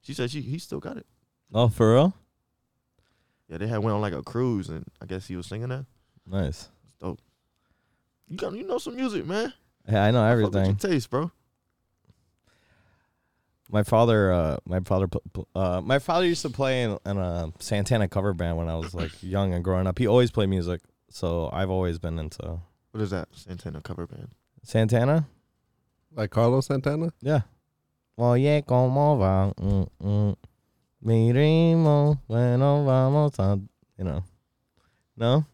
D: She said she he still got it.
F: Oh, for real?
D: Yeah, they had went on like a cruise, and I guess he was singing that.
F: Nice.
D: It's dope. You got you know some music, man.
F: Yeah, I know
D: Fuck with your
F: everything.
D: taste, bro.
F: My father, uh, my father, pl- pl- uh, my father used to play in, in a Santana cover band when I was like young and growing up. He always played music, so I've always been into
D: What is that? Santana cover band.
F: Santana.
B: Like Carlos Santana.
F: Yeah. Well, yeah, como va? Mm, mm. Mirimo, bueno, vamos a, you know. No?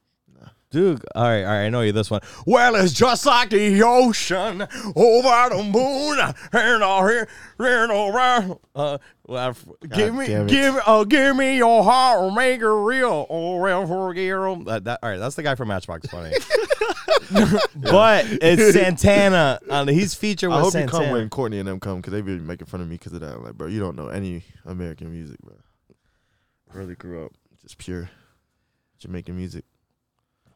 F: Dude, all right, all right, I know you this one. Well, it's just like the ocean over the moon and all here, and all right. Uh, well, I f- give me,
D: damn it.
F: give, uh, give me your heart or make it real. Oh, real for real. That, that, all right, that's the guy from Matchbox Twenty. *laughs* But it's Santana. Uh, he's featured with
D: I hope
F: Santana.
D: you come when Courtney and them come because they be making fun of me because of that. Like, bro, you don't know any American music, bro. Really grew up just pure Jamaican music,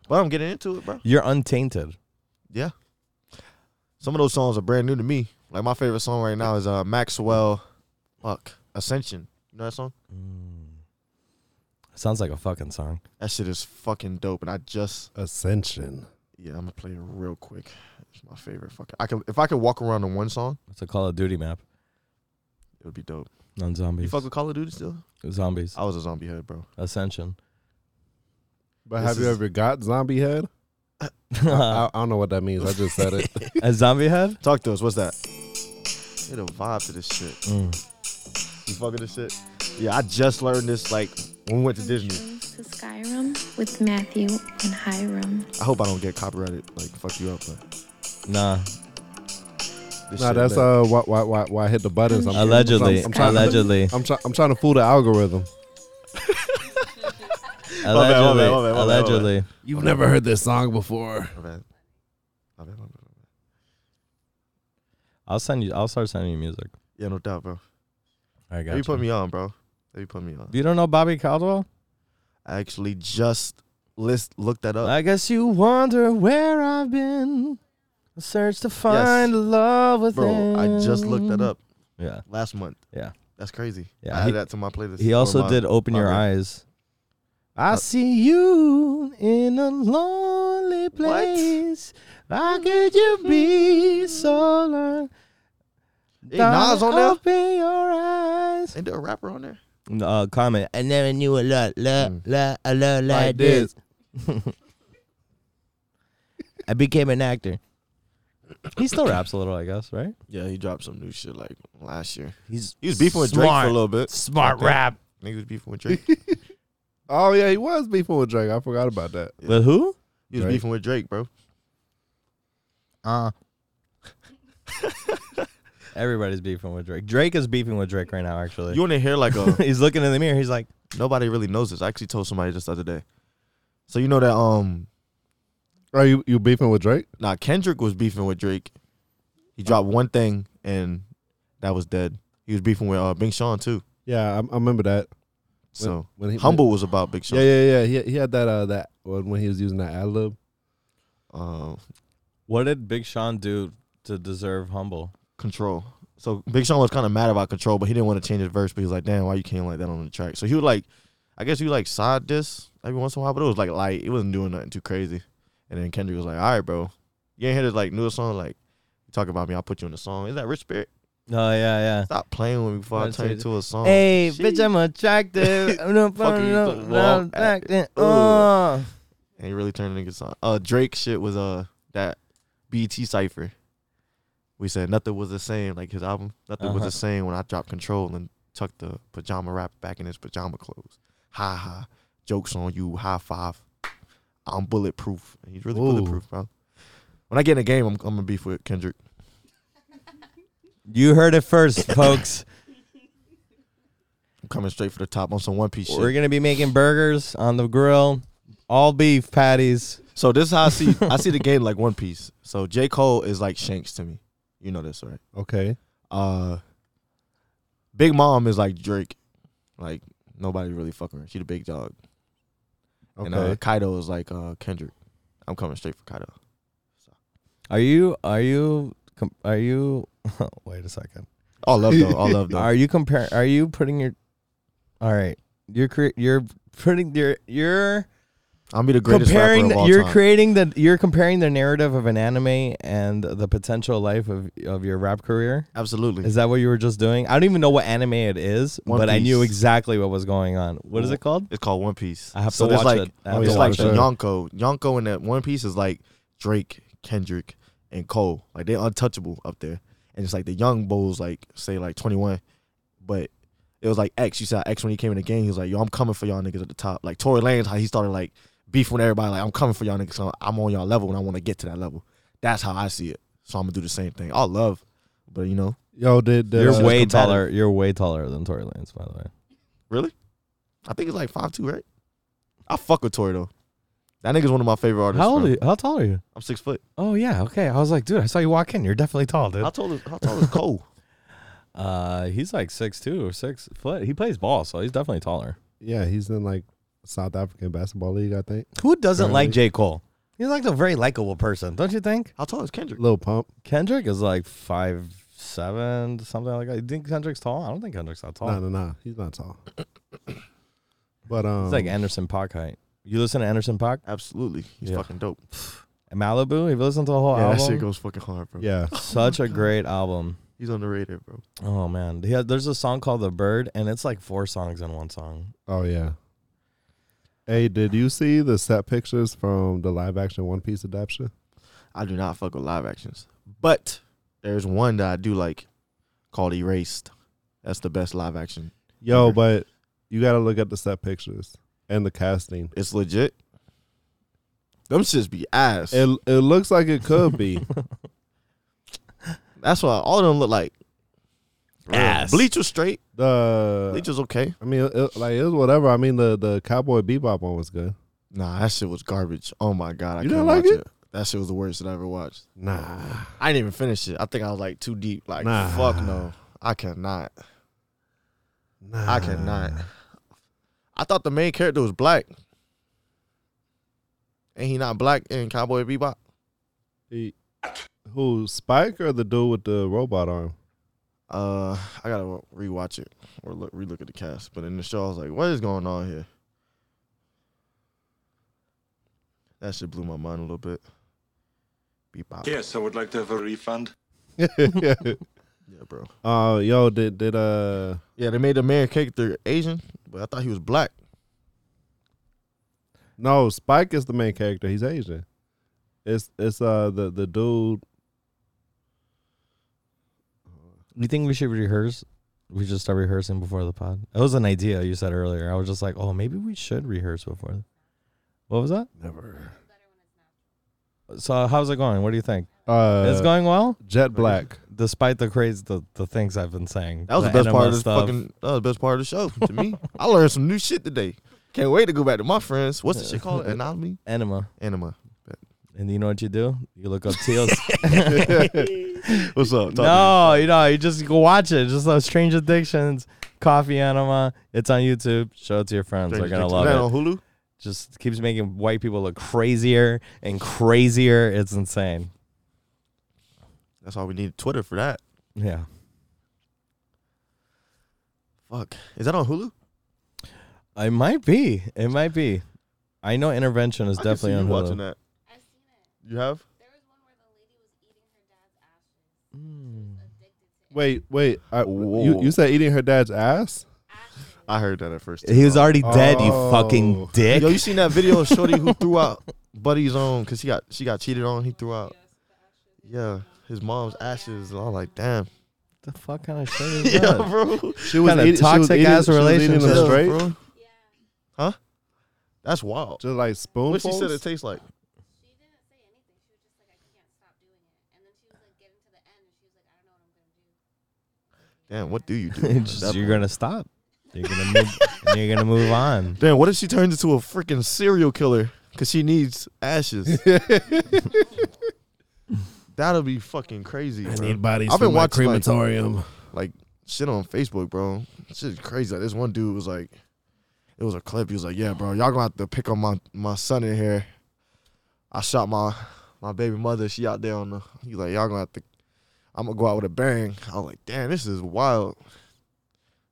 D: but I'm getting into it, bro.
F: You're untainted.
D: Yeah. Some of those songs are brand new to me. Like my favorite song right now is uh Maxwell Fuck Ascension. You know that song?
F: Sounds like a fucking song.
D: That shit is fucking dope. And I just
B: Ascension.
D: yeah, I'm gonna play it real quick. It's my favorite fucking I could if I could walk around on one song,
F: It's a Call of Duty map
D: it would be dope.
F: on zombies.
D: You fuck with Oh. Call of Duty still?
F: zombies.
D: I was a zombie head, bro.
F: Ascension.
B: But
D: This
B: have you
D: is-
B: ever got zombie
F: *laughs*
B: head? I, I don't know what that means. I just said it.
F: a zombie head?
D: Talk to us, what's that? Get a vibe to this shit.
F: Mm.
D: You fucking this shit? Yeah, I just learned this like when we went to Disney.
A: Shrooms to Skyrim with Matthew and Hiram.
D: I hope I don't get copyrighted, like fuck you up, but
F: Nah.
D: this
B: No,
D: shit
B: that's
D: lit.
B: uh, why why why why I hit the buttons? I'm,
F: Allegedly.
B: I'm, I'm trying,
F: allegedly.
B: I'm, try, I'm trying to fool the algorithm.
D: *laughs* my bad,
F: allegedly.
D: my bad, my bad.
F: Allegedly.
B: You've never heard this song before.
D: My bad. My bad, my bad.
F: I'll send you I'll start sending you music.
D: Yeah, no doubt, bro.
F: I
D: Have you
F: gotcha.
D: put me on, bro? Have you put me on?
F: You don't know Bobby Caldwell?
D: I actually just list looked that up.
F: I guess you wonder where I've been. I search to find love within.
D: Bro, I just looked that up.
F: Yeah.
D: Last month.
F: Yeah.
D: That's crazy.
F: Yeah,
D: I added
F: he-
D: that to my playlist.
F: He
D: or
F: also
D: my-
F: did Open
D: my
F: Your
D: reel.
F: Eyes. I see you in a lonely place. How could you be so lonely?
D: Hey, Nas on there?
F: Open your eyes.
D: Ain't there a rapper on there?
F: Uh, comment.
I: I never knew a lot, lot, lot, a lot like,
F: Mm. Like
I: this.
F: this.
I: I became an actor.
F: He still raps a little, I guess, right?
D: Yeah, he dropped some new shit like last year.
I: He's
D: he was beefing with Drake for
F: smart.
D: a little bit.
F: Smart
D: Fuck that.
F: rap.
D: Nigga was beefing with Drake.
F: *laughs*
B: Oh yeah, he was beefing with Drake. I forgot about that.
F: But who?
D: He was
B: Drake.
D: beefing with Drake, bro.
F: Uh. Everybody's beefing with Drake. Drake is beefing with Drake right now, actually.
D: You want to hear like a
F: *laughs* he's looking in the mirror. He's like,
D: nobody really knows this. I actually told somebody this the other day. So you know that um
B: Are Oh, you you beefing with Drake?
D: nah Kendrick was beefing with Drake. He dropped one thing and that was dead. He was beefing with uh, Big Sean too.
B: Yeah, I, I remember that. When-
D: So
B: when he-
D: humble was about Big Sean.
B: Yeah, yeah, yeah. He, he had that uh that when, when he was using that ad lib.
D: Uh,
F: what did Big Sean do to deserve humble?
D: control. So Big Sean was kind of mad about control, but he didn't want to change his verse. But he was like, "Damn, why you came like that on the track?" So he would like, I guess he would like side this every once in a while, but it was like light. It wasn't doing nothing too crazy. And then Kendrick was like, "All right, bro, you ain't hear this like newest song? Like, you talk about me, I'll put you in the song. Is that Rich Spirit?
F: Oh yeah, yeah.
D: Stop playing with me before
F: That's
D: I turn
F: it.
D: you to a song."
I: Hey, bitch, I'm attractive. I'm not
D: Fuck
I: fucking
D: you,
I: up.
D: th- well,
I: I'm attractive.
D: uh,
I: Oh.
D: and he really turned into a song. Uh, Drake shit was uh that BT cipher. We said nothing was the same, like his album. Nothing was
F: Uh-huh.
D: the same when I dropped control and tucked the pajama wrap back in his pajama clothes. Ha ha, jokes on you. High five. I'm bulletproof. And he's really
B: Ooh.
D: bulletproof, bro. When I get in a game, I'm, I'm gonna beef with Kendrick.
F: You heard it first, folks.
D: I'm coming straight for the top on some one piece shit.
F: We're gonna be making burgers on the grill, all beef patties.
D: So this is how I see I see the game like One Piece. So J Cole is like Shanks to me. You know this, right?
B: Okay.
D: Uh, Big Mom is like Drake. Like nobody really fucking her. She the big dog. And uh,
B: Okay.
D: Kaido is like uh, Kendrick. I'm coming straight for Kaido.
F: Are you? Are you? com- Are you? *laughs* Wait a second.
D: All love though. All love though.
F: Are you comparing? Are you putting your? All right. You're cre- you're putting your you're
D: I'm be the greatest rapper
F: comparing.
D: of
F: the-
D: all
F: You're
D: time.
F: creating the you're comparing the narrative of an anime and the potential life of of your rap career.
D: Absolutely.
F: Is that what you were just doing? I don't even know what anime it is,
D: One
F: but I knew
D: Piece.
F: exactly what was going on. What is it called?
D: It's called One Piece.
F: I have to
D: so it's
F: watch
D: like,
F: it. I have
D: it's
F: to
D: like
F: watch it.
D: Yonko. Yonko in that One Piece is like Drake, Kendrick, and Cole. Like they're untouchable up there. And it's like the young bulls, like say like 21, but it was like X. You saw X when he came in the game. He was like, "Yo, I'm coming for y'all niggas at the top." Like Tory Lanez, how he started like beefing with everybody. Like I'm coming for y'all niggas. So I'm on y'all level, and I want to get to that level. That's how I see it. So I'm gonna do the same thing. I love, but you know,
B: Yo, did the,
F: You're
D: uh,
F: way
D: combative.
F: taller. You're way taller than Tory Lanez, by the way.
D: Really? I think it's like five two, right? I fuck with Tory though. That nigga's one of my favorite artists.
F: How old?
D: bro.
F: Are you, how tall are you?
D: I'm six foot.
F: Oh yeah. Okay. I was like, dude, I saw you walk in. You're definitely tall, dude.
D: How tall is how *laughs* tall is Cole?
F: Uh, he's like six two or six foot. He plays ball, so he's definitely taller.
B: Yeah, he's in like South African basketball league, I think.
F: Who doesn't
B: like
F: like J Cole? He's like a very likable person, don't you think?
D: How tall is Kendrick?
B: Little pump.
F: Kendrick is like five seven, something like that. You think Kendrick's tall? I don't think Kendrick's that tall.
B: No, no, no. He's not tall. *coughs* But um
F: He's like Anderson Paak height. You listen to Anderson Paak?
D: Absolutely. He's
F: Yeah.
D: fucking dope.
F: Malibu? Have you listened to the whole
D: Yeah, that shit
F: album?
D: goes fucking hard, bro.
B: Yeah.
F: *laughs* Such a great album.
D: He's on the radar, bro.
F: Oh man, he had, there's a song called "The Bird," and it's like four songs in one song.
B: Oh yeah. Hey, did you see the set pictures from the live action One Piece adaptation?
D: I do not fuck with live actions. But there's one that I do like called Erased. That's the best live action.
B: Yo,
D: Sure.
B: but you gotta look at the set pictures and the casting.
D: It's legit. Them shits be ass.
B: It it looks like it could
F: *laughs*
B: be.
D: That's why all of them look like
F: Ass. Uh.
D: Bleach was straight.
B: the
D: Bleach was okay.
B: I mean, it, it- like it was whatever. I mean, the the Cowboy Bebop one was good.
D: Nah, that shit was garbage. Oh my god, I
B: You
D: couldn't
B: didn't like
D: watch
B: it?
D: That shit was the worst that I ever watched.
B: Nah,
D: I didn't even finish it. I think I was like too deep. Like
B: Nah.
D: fuck no, I cannot. I cannot. I thought the main character was black. Ain't he not black in Cowboy Bebop?
B: He, who Spike or the dude with the robot arm? *laughs*
D: Uh, I gotta rewatch it or look relook at the cast. But in the show, I was like, "What is going on here?" That shit blew my mind a little bit. Bebop.
M: Yes, I would like to have a refund.
B: yeah,
D: bro.
B: Uh, yo, did did uh?
D: Yeah, they made the main character Asian, but I thought he was black.
B: No, Spike is the main character. He's Asian. It's it's uh the the dude.
F: You think we should rehearse? We should start rehearsing before the pod. That was an idea you said earlier. I was just like, oh, maybe we should rehearse before. What was that?
B: Never.
F: So how's it going? What do you think?
B: Uh,
F: it's going well.
B: Jet Black.
F: Despite the craze, the, the things I've been saying.
D: That was the, best part
F: enema
D: of this
F: stuff.
D: fucking. That was the best part of the show to
F: *laughs*
D: me. I learned some new shit today. Can't wait to go back to my friends. What's the shit
F: *laughs*
D: called? Anomaly.
F: enema.
D: Enema.
F: And you know what you do? You look
D: *laughs*
F: up Teals.
D: What's up? Talk to me.
F: no, you know, you just go watch it. Just uh, Strange Addictions, Coffee Enema. It's on YouTube. Show it to your friends.
D: Strange
F: They're gonna
D: Addictions.
F: love
D: Is
F: it.
D: that on Hulu?
F: Just keeps making white people look crazier and crazier. It's insane.
D: That's all we need Twitter for that.
F: Yeah.
D: Fuck. Is that on Hulu?
F: It might be. It might be. I know Intervention is
D: I can see
F: definitely
D: you
F: on Hulu.
D: watching that. You have?
B: Wait, wait. I, you you said eating her dad's ass?
D: I heard that at first.
F: He was already dead, you fucking dick.
D: Oh. Yo, you seen that video of Shorty
F: *laughs*
D: who threw out Buddy's own because he got she got cheated on. He threw out, yeah, his mom's ashes, and I'm like, damn. *laughs*
F: the fuck kind of shit is
D: Yeah,
F: that? *laughs*
D: bro.
B: She was
F: Kinda
B: eating- she was
F: toxic
B: eating-
F: ass
B: she was eating them
F: relationship.
B: straight?
D: Bro. Huh? That's wild.
B: Just like
D: What she
B: spoonfuls.
D: said it tastes like? Damn, what do you do?
F: *laughs*
D: at
F: Just-
D: that
F: you're
D: point?
F: gonna stop. You're gonna
D: *laughs*
F: move. and you're gonna move on.
D: Damn, what if she turns into a freaking serial killer because she needs ashes? That'll be fucking crazy.
B: I
D: bro.
B: need bodies for my crematorium.
D: Like, like shit on Facebook, bro. Shit's crazy. Like this one dude was like, it was a clip. He was like, "Yeah, bro, y'all gonna have to pick up my my son in here. I shot my my baby mother. She out there on the. He's like, y'all gonna have to. I'm gonna go out with a bang. I was like, damn, this is wild.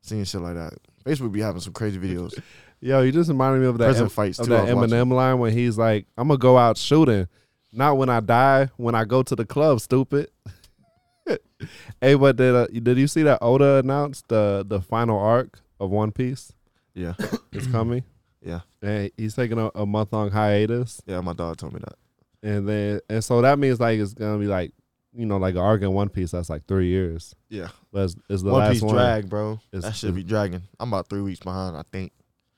D: Seeing shit like that. Facebook be having some crazy videos.
B: Yo, you just reminded me of that,
D: Prison
B: em-
D: fights,
B: of
D: too,
B: that
D: I was watching.
B: Eminem line when he's like, "I'm gonna go out shooting, not when I die, when I go to the club, stupid." *laughs* hey, but did uh, did you see that Oda announced the the final arc of One Piece?
D: *laughs* Yeah. *clears throat*
B: It's coming.
D: Yeah.
B: and he's taking a, a month long hiatus,
D: Yeah, my dog told me that.
B: and then and so that means like it's gonna be like you know like an arc in One Piece that's like three years.
D: Yeah.
B: but it's, it's the
D: one
B: last
D: Piece
B: one.
D: drag, bro.
B: It's-
D: that should be dragging. I'm about three weeks behind, I think,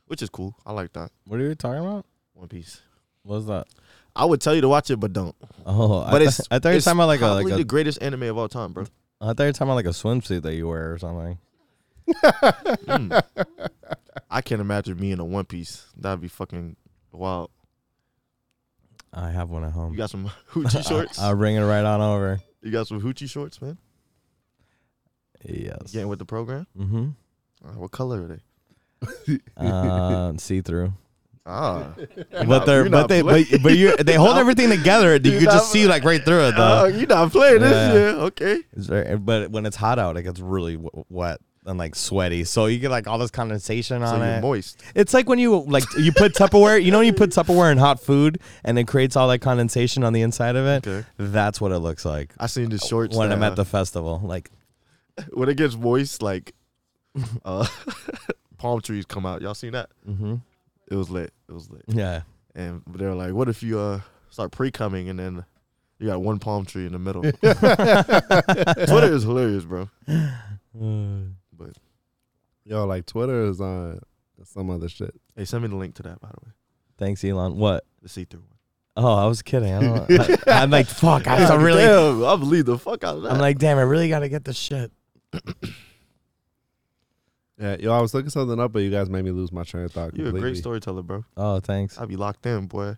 D: which is cool. I like that.
F: What are you talking about?
D: One Piece.
F: What's that?
D: I would tell you to watch it, but don't.
F: Oh, I
D: But
F: thi-
D: it's
F: I thought you were
D: it's
F: talking about like a
D: probably
F: like
D: the
F: a,
D: greatest anime of all time,
F: *laughs*
D: bro.
F: I thought you were talking about like a swimsuit that you wear or something.
D: Mm. I can't imagine me in a One Piece. That'd be fucking wild.
F: I have one at home.
D: You *laughs* got some
F: *laughs*
D: hoochie shorts.
F: I'll bring it right on over.
D: you got some hoochie shorts, man.
F: Yes.
D: Getting with the program. *laughs*
F: Mm-hmm.
D: Uh, what color are they?
F: Uh, see through. *laughs*
D: Ah,
F: But they're but they but, but you
D: *laughs*
F: they hold everything together. You
D: You're
F: can
D: not
F: just see like right through it
D: Oh,
F: though.
D: you not playing
F: Uh, Yeah.
D: this year, okay?
F: It's very, but when it's hot out, it gets really w- wet and like sweaty. So you get like all this condensation
D: So
F: on
D: you're
F: it.
D: moist.
F: It's like when you like you put Tupperware. You know when you put Tupperware in hot food and it creates all that condensation on the inside of it.
D: Okay.
F: That's what it looks like
D: I seen
F: Uh,
D: the shorts
F: when I'm
D: that, uh,
F: at the festival. Like
D: *laughs* when it gets moist, like *laughs* uh, *laughs* palm trees come out. Y'all seen that?
F: Mhm.
D: It was lit. It was lit.
F: yeah,
D: And they were like, "What if you uh start pre coming and then you got one palm tree in the middle?" Twitter is hilarious, bro. But
B: Yo, like Twitter is on some other shit.
D: hey, send me the link to that, by the way,
F: thanks Elon. What?
D: the see through one.
F: Oh, I was kidding.
D: *laughs*
F: I don't, I, am like fuck. I, am
D: God
F: Oh, really.
D: damn, I believe the fuck out of that.
F: I'm like damn. I really got to get this shit.
B: Yeah, yo, I was looking something up, but you guys made me lose my train of thought.
D: you're a
B: Completely.
D: great storyteller, bro.
F: Oh, thanks.
D: I be locked in, boy.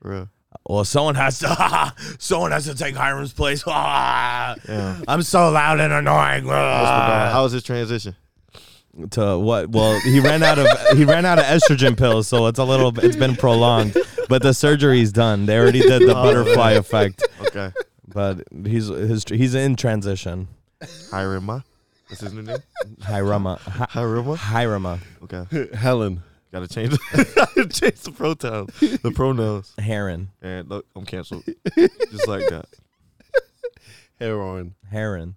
D: Real.
F: Well, someone has to. *laughs* someone has to take Hiram's place. *laughs* I'm so loud and annoying. Ah.
D: How was his transition?
F: *laughs* to what? Well, he ran out of he ran out of estrogen pills, so it's a little. It's been prolonged, but the surgery's done. They already did the
D: *laughs* Oh,
F: butterfly
D: okay.
F: effect.
D: Okay.
F: but he's his, he's in transition.
D: Hirama, that's his new name.
F: Hirama. Hi-
D: Hirama.
F: Hirama.
B: *laughs*
D: Okay.
B: Helen.
D: Gotta change. *laughs* gotta change the pronoun. The pronouns.
F: Heron.
D: And look, I'm canceled. Just like that.
B: Heroin.
F: Heron.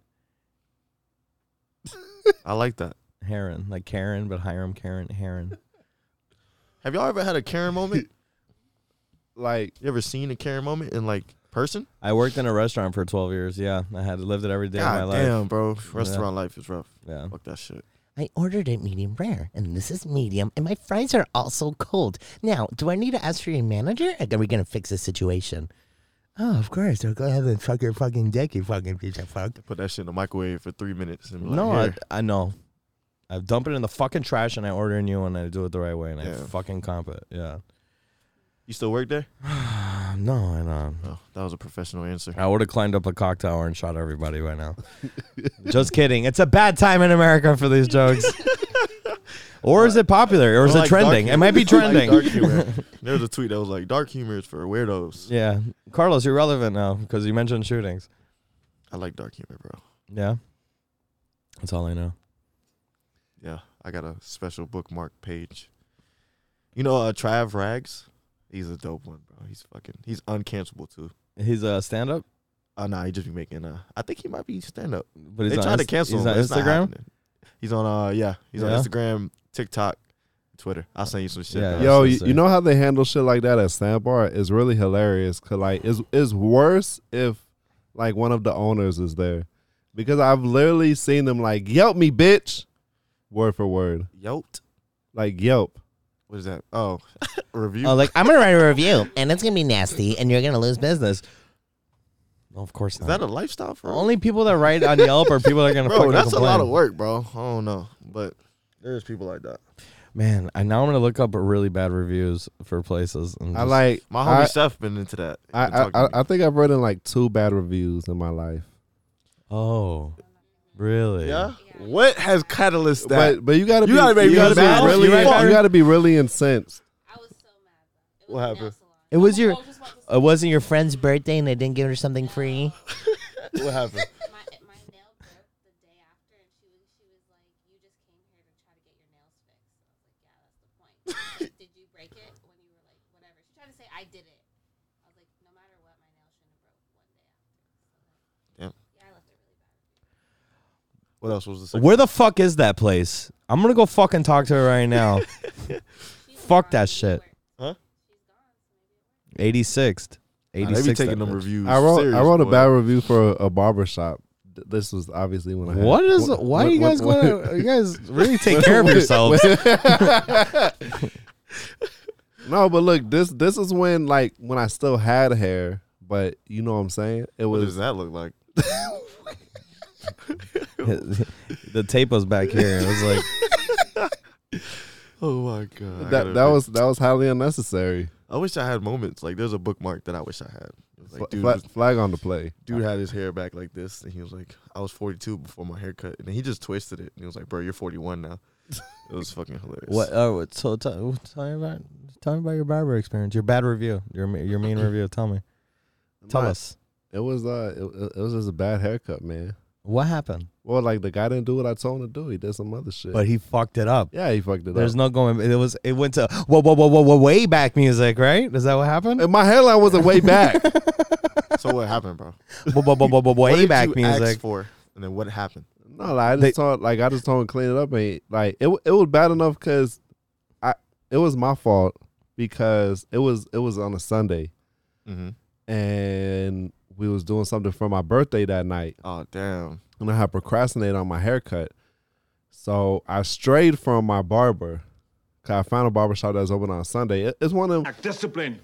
D: I like that.
F: Heron. Like Karen, but Hiram Karen Heron.
D: Have y'all ever had a Karen
F: *laughs*
D: moment?
B: like,
D: you ever seen a Karen moment in like person?
F: I worked in a restaurant for 12 years. Yeah, I had lived it every day
D: God
F: of my life.
D: damn, bro.
F: Yeah.
D: Restaurant life is rough.
F: Yeah.
D: Fuck that shit.
L: I ordered it medium rare, and this is medium, and my fries are also cold. Now, do I need to ask for your manager? Are we gonna fix this situation?
I: Oh, of course. I'll go ahead and fuck your fucking dick, you fucking piece of fuck.
D: Put that shit in the microwave for three minutes. And be like,
F: No, I,
D: "Here."
F: I know. I dump it in the fucking trash and I order a new one and I do it the right way and I fucking comp it. Yeah.
D: you still work there?
F: No, I know.
D: Oh, that was a professional answer.
F: I would have climbed up a clock tower and shot everybody
D: *laughs*
F: by now. Just kidding. It's a bad time in America for
D: *laughs*
F: these jokes. or is it popular? Or is
D: I
F: it
D: like dark
F: trending? It
D: humor.
F: might be
D: *laughs* I like
F: trending.
D: dark humor.
F: *laughs*
D: There's a tweet that was like, "Dark humor is for weirdos."
F: yeah. Carlos, you're relevant now because you mentioned shootings.
D: I like dark humor, bro.
F: Yeah. That's all I know.
D: Yeah, I got a special bookmark page. You know, uh, Trav Rags, he's a dope one, bro. He's fucking, he's uncancelable too.
F: He's a stand up?
D: Uh, nah, he just be making. Uh, I think he might be stand up.
F: But he's
D: they
F: on
D: tried to
F: Inst-
D: cancel
F: he's
D: him.
F: on
D: but it's not
F: Instagram?
D: happening. He's on. Uh, yeah, he's
F: Yeah?
D: on Instagram, TikTok, Twitter. I'll send you some shit.
F: Yeah,
D: bro.
B: Yo, you, you know how they handle shit like that at Sandbar is really hilarious. Cause like it's it's worse if like one of the owners is there, because I've literally seen them like yelp me bitch, word for word,
D: yelped,
B: like yelp.
D: What is that? Oh, review.
L: Oh, like I'm gonna write a review, and it's gonna be nasty, and you're gonna lose business.
F: No, of course
D: Is
F: not.
D: that a lifestyle for
F: Only people that write on Yelp are people that are gonna
D: Bro,
F: fucking
D: that's a lot
F: complain.
D: of work, bro. I don't know, but there's people like that.
F: Man, I now I'm gonna look up really bad reviews for places. And
B: I
F: just-
B: like
D: My homie
B: I-
D: Seth been into that. He been
B: I
D: talking
B: I,
D: to
B: I I think I've written like two bad reviews in my life.
F: Oh, really?
D: Yeah. What has catalyst that?
B: But but you gotta
D: You
B: be,
D: gotta make
B: you
D: me
B: gotta
D: mad.
B: be really
D: You right, Byron?
B: you gotta be really incensed.
D: what happened?
L: It was your, Uh, it wasn't your friend's birthday, and they didn't give her something free.
D: What happened?
N: I did it. I was like, no matter what, my nail shouldn't have broke one day.
D: What else was the second?
F: Where the fuck is that place? I'm gonna go fucking talk to her right
D: *laughs*
F: now. fuck that shit.
D: Huh?
F: Eighty sixth.
D: Nah,
F: Eighty
D: they be
F: sixth.
D: taking them reviews.
B: I wrote I
D: serious,
B: wrote a
D: boy.
B: bad review for a, a barber shop. Th- This was obviously when I had,
F: What is?
B: wh-
F: Why
B: wh-
F: are you
B: wh-
F: guys
B: wh-
F: going? to You *laughs* guys really take care of yourselves.
B: *laughs* no, but look, this this is when like when I still had hair, but you know what I'm saying? It
D: What
B: was
D: does that look like?
F: *laughs* the tape was back here. It was *laughs* like
D: Oh my god. I gotta
B: that that was
D: fix-
B: that was highly unnecessary.
D: I wish I had moments like there's a bookmark that I wish I had. It was
B: Fla-
D: like, dude,
B: fla-
D: was-
B: flag on the play.
D: dude had his hair back like this, and he was like, "I was 42 before my haircut," and then he just twisted it, and he was like, "Bro, you're 41 now." It was fucking hilarious.
F: what? Oh, so t- tell me about tell me about your barber experience. Your bad review. Your me- your mean review. Tell me. Tell
B: Nah,
F: us
B: It was uh it, it was just a bad haircut, man.
F: what happened.
B: Well, like the guy didn't do what I told him to do. He did some other shit.
F: But he fucked it up.
B: yeah, he fucked it
F: There's
B: up.
F: no going. It was. It went to whoa, whoa, whoa, whoa, whoa, way back music, right? Is that what happened?
D: Um,
B: And my hairline wasn't way back.
F: *laughs*
D: So what happened, bro?
F: whoa, whoa, whoa, whoa, whoa,
D: *laughs* What
F: way
D: did
F: back
D: you ask
F: music.
D: for, and then what happened?
B: No, like, I just told, like I just told him to clean it up, and like it, wa- it was bad enough because I it was my fault because it was it was on a Sunday,
D: Mhm.
B: and we was doing something for my birthday that night,
D: Oh damn.
B: and I had procrastinated on my haircut, so I strayed from my barber. 'cause I found a barber shop that was open on Sunday. It- it's one of them.
K: Discipline.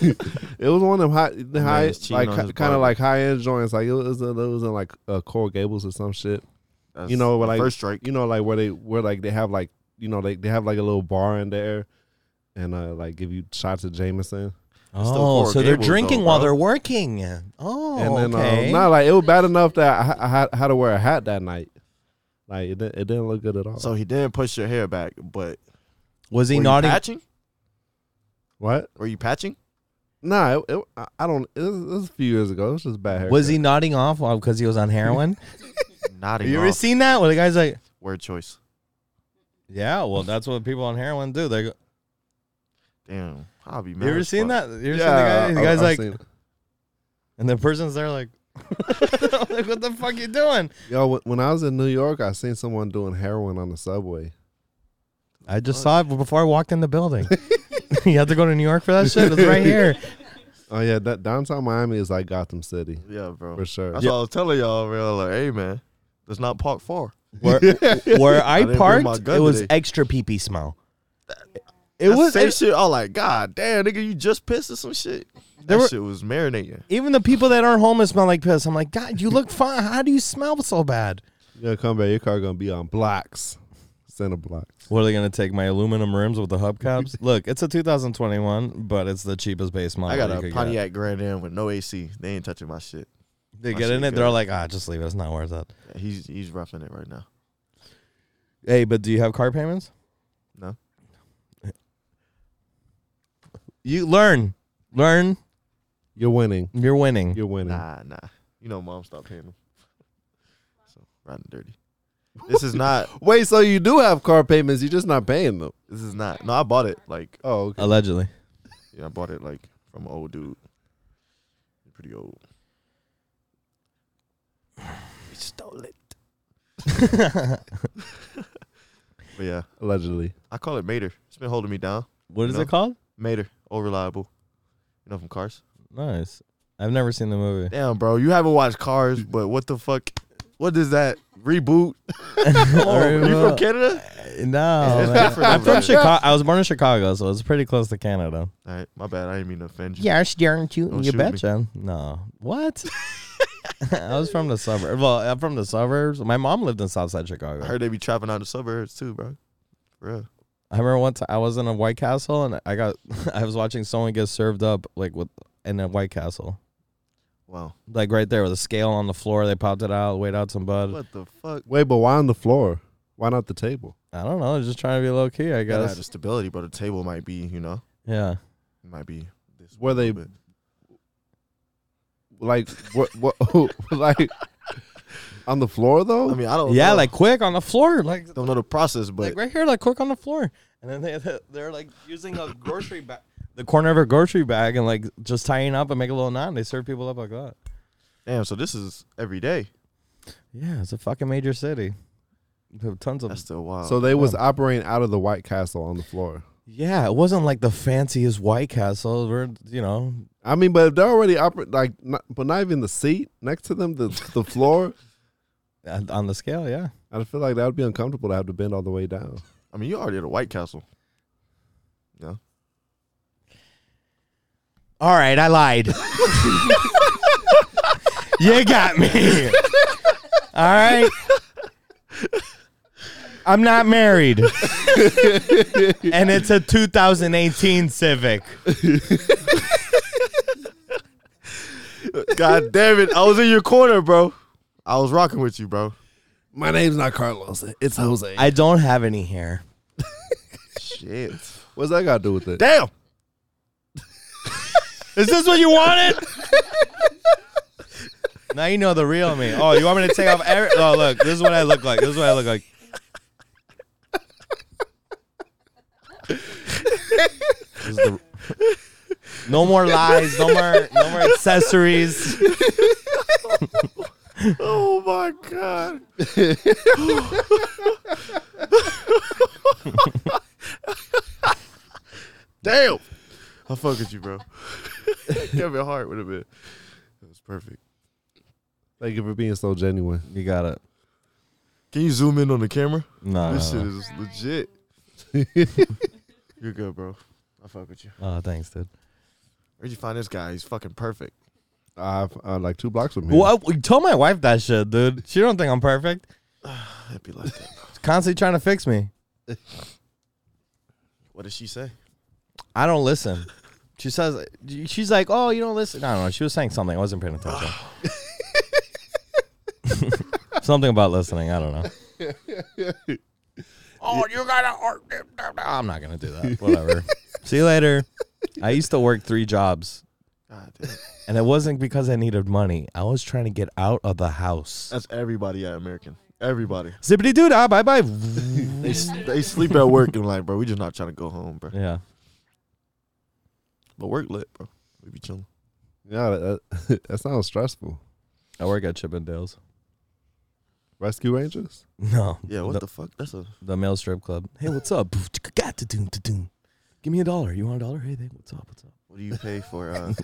B: It was one of them high, the high
D: was cheating
B: like
D: on his
B: kind
D: barber.
B: of like high end joints. Like it was, it was in like uh, Coral Gables or some shit
D: That's
B: you know, where
D: the
B: like
D: first strike.
B: You know, like where they where like they have like you know they they have like a little bar in there, and uh like give you shots of Jameson.
D: It's still Coral
F: Oh, so they're
D: Gables, though,
F: drinking
D: bro.
F: while
D: uh,
F: they're working. Oh,
B: and then
F: okay.
B: um, not like it was bad enough that I, ha- I had, had to wear a hat that night. Like it, di- it didn't look good at all.
D: So he didn't push your hair back, but
F: was
B: he
D: were
B: naughty?
D: You patching?
B: What?
D: Were you patching?
B: Nah, it, it, I- I don't. It was, it was a few years ago. It was just bad hair.
F: Was he nodding off because he was on heroin?
D: Nodding.
F: you ever
D: off.
F: seen that? Where the guy's like,
D: word choice?
F: "Yeah, well, that's what people on heroin do." They go,
D: Damn, I'll be mad.
F: "You ever
D: as
F: seen
D: fuck.
F: that? You ever
B: Yeah,
F: seen the guy? The
B: I-
F: guy's
B: I've
F: like,
B: seen it.
F: and the person's there like, *laughs* like, what the fuck you doing?"
B: Yo, wh- when I was in New York, I seen someone doing heroin on the subway.
F: I just saw it before I walked in the building. *laughs* you have to go to New York for that shit. It's *laughs* right here.
B: Oh yeah, that downtown Miami is like Gotham City.
D: Yeah, bro.
B: for sure.
D: That's
B: Yeah.
D: what I was telling y'all, real like, hey man, let's not park far.
F: Where, where I,
D: didn't bring my
F: parked,
D: gun
F: it was
D: today.
F: extra pee pee smell. It
D: That
F: was
D: same
F: it-
D: shit. I was like, God damn, nigga, you just pissed or some shit. That
F: There were-
D: shit was marinating.
F: even the people that aren't homeless smell like piss. I'm like, God, you look fine. How do you smell so bad?
B: Yeah, come back. Your car gonna be on blocks, center blocks.
F: What are they gonna take? My aluminum rims with the *laughs* hubcaps? Look, it's a 2021, but it's the cheapest base model.
D: I got
F: you
D: a
F: could
D: Pontiac Grand Am with no AC. They ain't touching my shit.
F: Get. They
D: My
F: get
D: shit
F: in it.
D: good.
F: They're like, ah, just leave it. It's not worth it.
D: he's he's roughing it right now.
F: Hey, but do you have car payments?
D: No.
F: You learn, learn.
B: You're winning.
F: You're winning.
B: You're winning.
D: Nah, nah. You know, mom stopped paying him. *laughs* So rotten dirty. This is not.
B: Wait, so you do have car payments? You're just not paying them.
D: This is not. No, I bought it like.
B: Oh, okay.
F: Allegedly.
D: Yeah, I bought it like from an old dude. Pretty old. He stole it. But yeah,
B: Allegedly.
D: I call it Mater. It's been holding me down.
F: What
D: you
F: is
D: know?
F: it called?
D: Mater. Old reliable. You know from Cars.
F: Nice. I've never seen the *laughs* movie.
D: Damn, bro, you haven't watched Cars, but what the fuck? What is that reboot?
F: Very
D: oh, you
F: well.
D: from Canada?
F: *laughs* No, man.
D: different
F: I'm
D: over
F: from
D: there.
F: Chicago. I was born in Chicago, so it's pretty close to Canada.
D: All right, my bad. I didn't mean to offend you.
F: Yes, darn you.
D: Don't
F: you
D: shoot me.
F: betcha. No. What? *laughs* I was from the suburbs. Well, I'm from the suburbs. My mom lived in Southside Chicago.
D: I heard they be trapping out the suburbs too, bro. For real.
F: I remember one time I was in a White Castle and I got *laughs* I was watching someone get served up like with in a White Castle.
D: Wow.
F: Like right there with a scale on the floor, they popped it out, weighed out some bud.
D: What the fuck?
B: Wait, but why on the floor? Why not the table?
F: I don't know, just trying to be low key, I
D: You gotta have
F: guess.
D: the stability, but the table might be, you know,
F: Yeah.
D: it might be. This
B: Were they
D: little bit.
B: like what? What? *laughs* like on the floor though?
D: I mean, I don't.
F: Yeah,
D: know.
F: like quick on the floor, like
D: don't know Oh, the process, but
F: like right here, like quick on the floor. And then they *laughs* they're like
D: *coughs*
F: using a grocery bag, the corner of a grocery bag, and like just tying up and make a little knot. And they serve people up like that.
D: damn. So this is every day.
F: Yeah, it's a fucking major city. We have tons of
D: That's still wild.
B: so they was operating out of the White Castle on the floor.
F: yeah. It wasn't like the fanciest White Castle. We're you know
B: I mean, but if they're already oper- like, not, but not even the seat next to them, the the floor. *laughs*
F: on on the scale. Yeah,
B: I feel like that would be uncomfortable to have to bend all the way down.
D: I mean, you already at a White Castle. Yeah.
F: All right, I lied. you got me. All right. I'm not married. and it's a 2018 Civic.
D: God damn it! I was in your corner, bro. I was rocking with you, bro.
B: My name's not Carlos. It's Jose.
F: I don't have any hair.
D: Shit.
B: What's that got to do with it?
D: Damn.
F: Is this what you wanted? now you know the real me. Oh, you want me to take off every Oh, look. This is what I look like. This is what I look like. This is the- no more lies, no more no more accessories.
D: *laughs* Oh my god. *laughs* Damn. I fuck with you, bro. *laughs* Kevin Hart would have been. That was perfect.
B: Thank you for being so genuine.
F: You got it.
D: Can you zoom in on the camera?
F: No.
D: this
F: no,
D: shit
F: no.
D: is legit. *laughs* You're good, bro. I fuck with you.
F: Oh, thanks, dude.
D: Where'd you find this guy? He's fucking perfect.
B: I've uh, like two blocks from here.
F: Well, I- tell my wife that shit, dude. She don't think I'm perfect.
D: That'd be like that.
F: She's constantly trying to fix me.
D: What did she say?
F: I don't listen. She says she's like, oh, you know, listen. I don't know. She was saying something. I wasn't paying
J: *sighs*
F: attention. something about listening. I don't know.
J: *laughs* Oh, you gotta work them.
F: I'm not gonna do that. Whatever. See you later. I used to work three jobs. and it wasn't because I needed money. I was trying to get out of the house.
D: That's everybody at American. Everybody.
F: Zippity doo dah, bye bye.
D: they, s- they sleep at work and like, bro, we just not trying to go home, bro.
F: Yeah.
D: But work lit, bro. We be chilling.
B: Yeah, that, that- *laughs* that sounds stressful.
F: I work at Chippendales.
B: Rescue Rangers?
F: *laughs* No.
D: Yeah, what the, fuck? That's a
F: The male strip club. Hey, what's up? Give me a dollar. You want a dollar? Hey, they, what's up? What's up?
D: what do you pay for
F: *laughs*
D: uh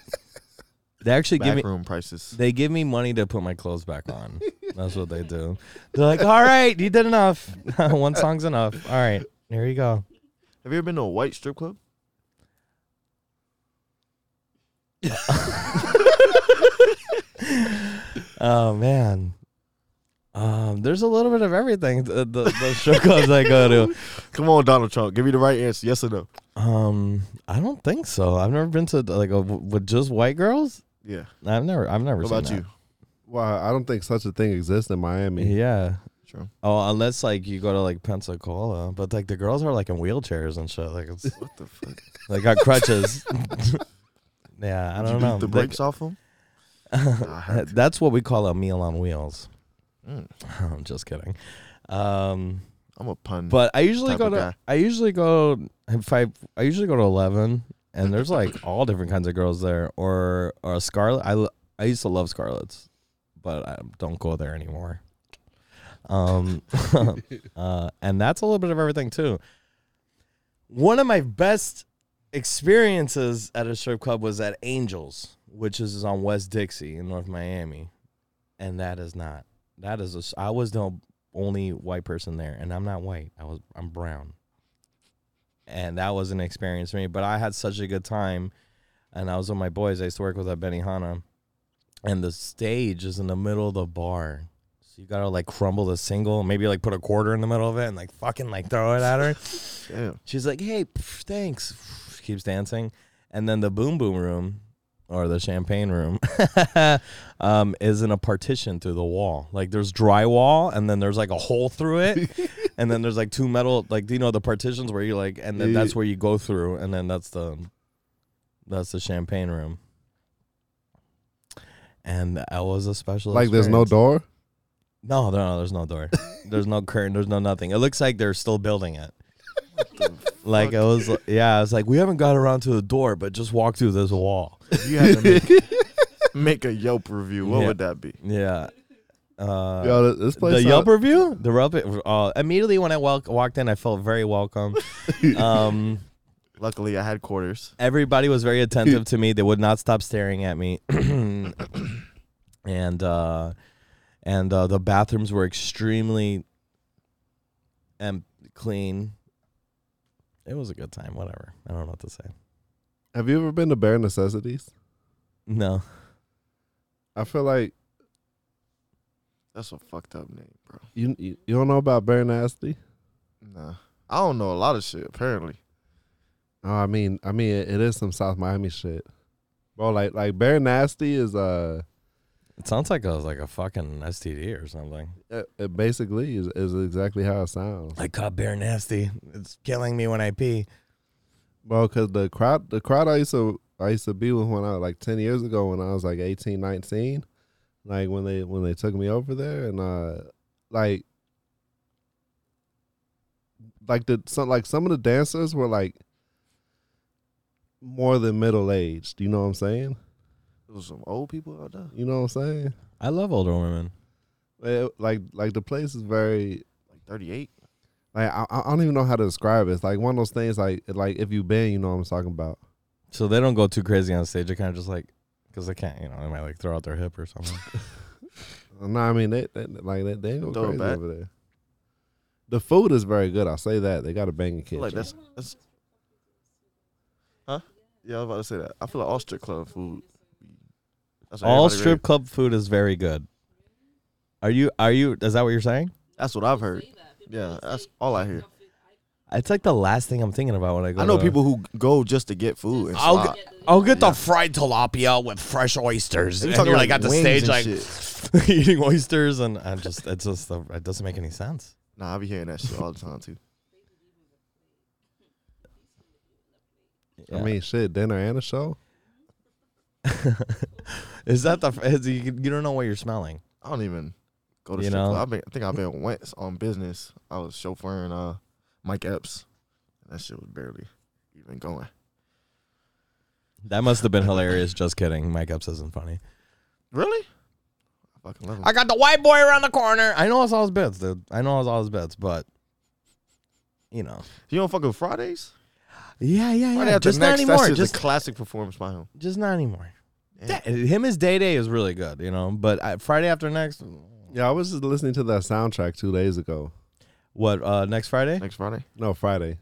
F: They actually give me
D: Backroom prices.
F: They give me money to put my clothes back on. That's what they *laughs* do. They're like, all right, you did enough. *laughs* One song's enough. All right, here you go.
D: Have you ever been to a white strip club?
F: Oh man. Um, there's a little bit of everything. The, the, the strip clubs I go *laughs* to.
D: Come on, Donald Trump. Give me the right answer. Yes or no?
F: Um, I don't think so. I've never been to like a, with just white girls.
D: Yeah.
F: I've never. I've never.
D: What
F: seen
D: about
F: that.
D: you?
B: Well, I don't think such a thing exists in Miami.
F: Yeah.
D: True.
F: Oh, unless like you go to like Pensacola, but like the girls are like in wheelchairs and shit. Like it's,
D: What the fuck?
F: they got crutches. *laughs* yeah, I
D: Did
F: don't
D: you
F: know.
D: beat the
F: They-
D: brakes off
F: *laughs*
D: them?
F: That's what we call a meal on wheels.
D: Mm.
F: *laughs* I'm just kidding. Um,
D: I'm a pun.
F: but I usually
D: type
F: go
D: of
F: to
D: guy.
F: I usually go if I I usually go to eleven, and there's like all different kinds of girls there, or or Scarlet. I l- I used to love Scarlets, but I don't go there anymore. Um, *laughs* uh, and that's a little bit of everything too. One of my best experiences at a strip club was at Angels, which is on West Dixie in North Miami, and that is not. That is a s I was the only white person there, and I'm not white. I was I'm brown, and that was an experience for me. But I had such a good time, and I was with my boys. I used to work with at Benihana, and the stage is in the middle of the bar. So you gotta like crumble the single, maybe like put a quarter in the middle of it, and like fucking like throw it at her.
D: Damn.
F: She's like, "Hey, pff, thanks." Pff, Keeps dancing, and then the boom boom room, or the champagne room, *laughs* um, is in a partition through the wall. Like there's drywall, and then there's like a hole
B: *laughs*
F: through it, and then there's like two metal, like you know the partitions where you like, and then
B: Yeah, yeah.
F: that's where you go through, and then that's the, that's the champagne room. And that was a special.
B: Like there's no
F: experience.
B: door?
F: No, no, no, there's no door. there's no curtain. There's no nothing. It looks like they're still building it. Like it was, yeah. I was like, we haven't got around to the door, but just walk through this wall.
D: You had to make,
F: *laughs*
D: make a Yelp review. What
F: Yeah.
D: would that be?
F: Yeah. Uh,
B: Yo, th- this place
F: the
B: sound-
F: Yelp review. The Yelp. Uh, immediately when I wel- walked in, I felt very welcome. um,
D: Luckily, I had quarters.
F: everybody was very attentive to me. They would not stop staring at me, *clears throat* and uh, and uh, the bathrooms were extremely em- clean. It was a good time. Whatever. I don't know what to say.
B: Have you ever been to Bare Necessities?
F: No.
B: I feel like
D: That's a fucked up name, bro.
B: you you, you don't know about Bare Nasty.
D: Nah. I don't know a lot of shit, apparently.
B: Oh, I mean, I mean, it, it is some South Miami shit, bro. Like like Bare Nasty is uh,
F: It sounds like a like a fucking STD or something.
B: it, it basically is, is exactly how it sounds,
F: I caught bear nasty. It's killing me when I pee.
B: bro. Cause the crowd the crowd I used to I used to be with when I was like ten years ago when I was like 18, 19, like when they when they took me over there and uh like like the some like some of the dancers were like more than middle aged. You know what I'm saying?
D: It was some old people out there.
B: You know what I'm saying?
F: I love older women.
B: Eh, like like the place is very
D: Like 38.
B: like I, I don't even know how to describe it. It's like one of those things like like if you've been, you know what I'm talking about.
F: So they don't go too crazy on stage. They're kind of just like, because they can't, you know, they might like throw out their hip or something.
B: No, I mean they, they like they, they ain't go
D: Throw it
B: crazy
D: back.
B: over there. The food is very good. I'll say that they got a banging
D: I feel
B: kitchen.
D: like that's. that's huh? Yeah, I was about to say that. I feel like all strip club food. That's what
F: All
D: everybody
F: strip
D: rave.
F: club food is very good. Are you? Are you? Is that what you're saying?
D: That's what I've heard. Yeah, that's all I hear.
F: It's like the last thing I'm thinking about when I go.
D: I know
F: to- *laughs*
D: people who go just to get food. And
F: I'll
D: slop.
F: get, I'll get the fried tilapia with fresh oysters.
D: You're
F: And
D: talking
F: you're
D: like
F: like at the
D: wings and
F: stage, like eating oysters, and I'm just it's just the, it doesn't make any sense.
D: Nah, I be hearing that shit all the time too.
B: I mean, shit, dinner and a show.
F: Is that the is, you, you don't know what you're smelling?
D: I don't even go to
F: You
D: strip
F: know?
D: club. I've been, I think I've been once on business. I was chauffeuring uh Mike Epps. That shit was barely even going.
F: That must have been hilarious. Just kidding. Mike Epps isn't funny.
D: Really? I fucking love him.
F: I got the white boy around the corner. I know it's all his bets, dude. I know it's all his bets, but you know.
D: You don't fuck with Fridays?
F: Yeah, yeah, yeah.
D: Friday after
F: just not
D: next, that
F: anymore.
D: shit's
F: Just,
D: a classic performance by him.
F: just not anymore. That- him as Day Day is really good, you know. But I, Friday after next,
B: Yeah, I was just listening to that soundtrack two days ago.
F: what? Uh, next Friday?
D: Next Friday.
B: No, Friday.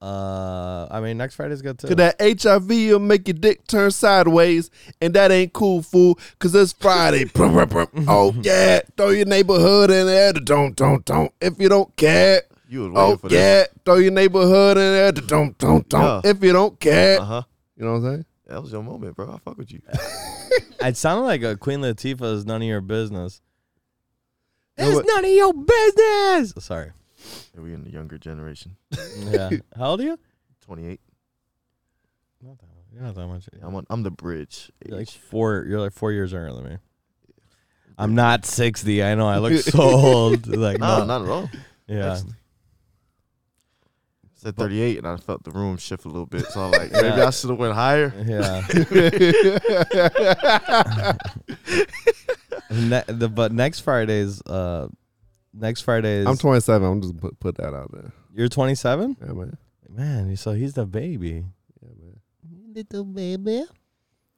F: Uh, I mean, next Friday's good too.
B: Cause that HIV will make your dick turn sideways, and that ain't cool, fool. Cause it's Friday. *laughs* Brum, brum, brum. oh yeah, throw your neighborhood in there. Don't, don't, don't. If you don't care.
D: You was waiting
B: Oh
D: for
B: yeah,
D: this.
B: throw your neighborhood in there. Don't, don't, don't.
D: Yeah.
B: If you don't care.
D: Uh-huh.
B: You know what I'm saying?
D: That was your moment, bro. I fuck with you.
F: it sounded like a Queen Latifah is none of your business.
B: It's
F: none of your business. Oh, Sorry.
D: we in the younger generation.
F: *laughs* Yeah. How old are you?
D: Twenty eight.
F: Not that, you're not that much.
D: I'm on, I'm the bridge.
F: You're like
D: age.
F: four. You're like four years younger than me. I'm not sixty. I know. I *laughs* look so old. Like
D: Nah,
F: no,
D: not at all.
F: *laughs* Yeah.
D: Actually. I said 38, and I felt the room shift a little bit. So I'm like, maybe
F: Yeah.
D: I should have went higher.
F: *laughs* Yeah. ne- the, but next Friday's uh, next Friday's.
B: I'm 27. I'm just put put that out there.
F: You're 27.
B: Yeah, man.
F: Man, so he's the baby.
L: Little baby.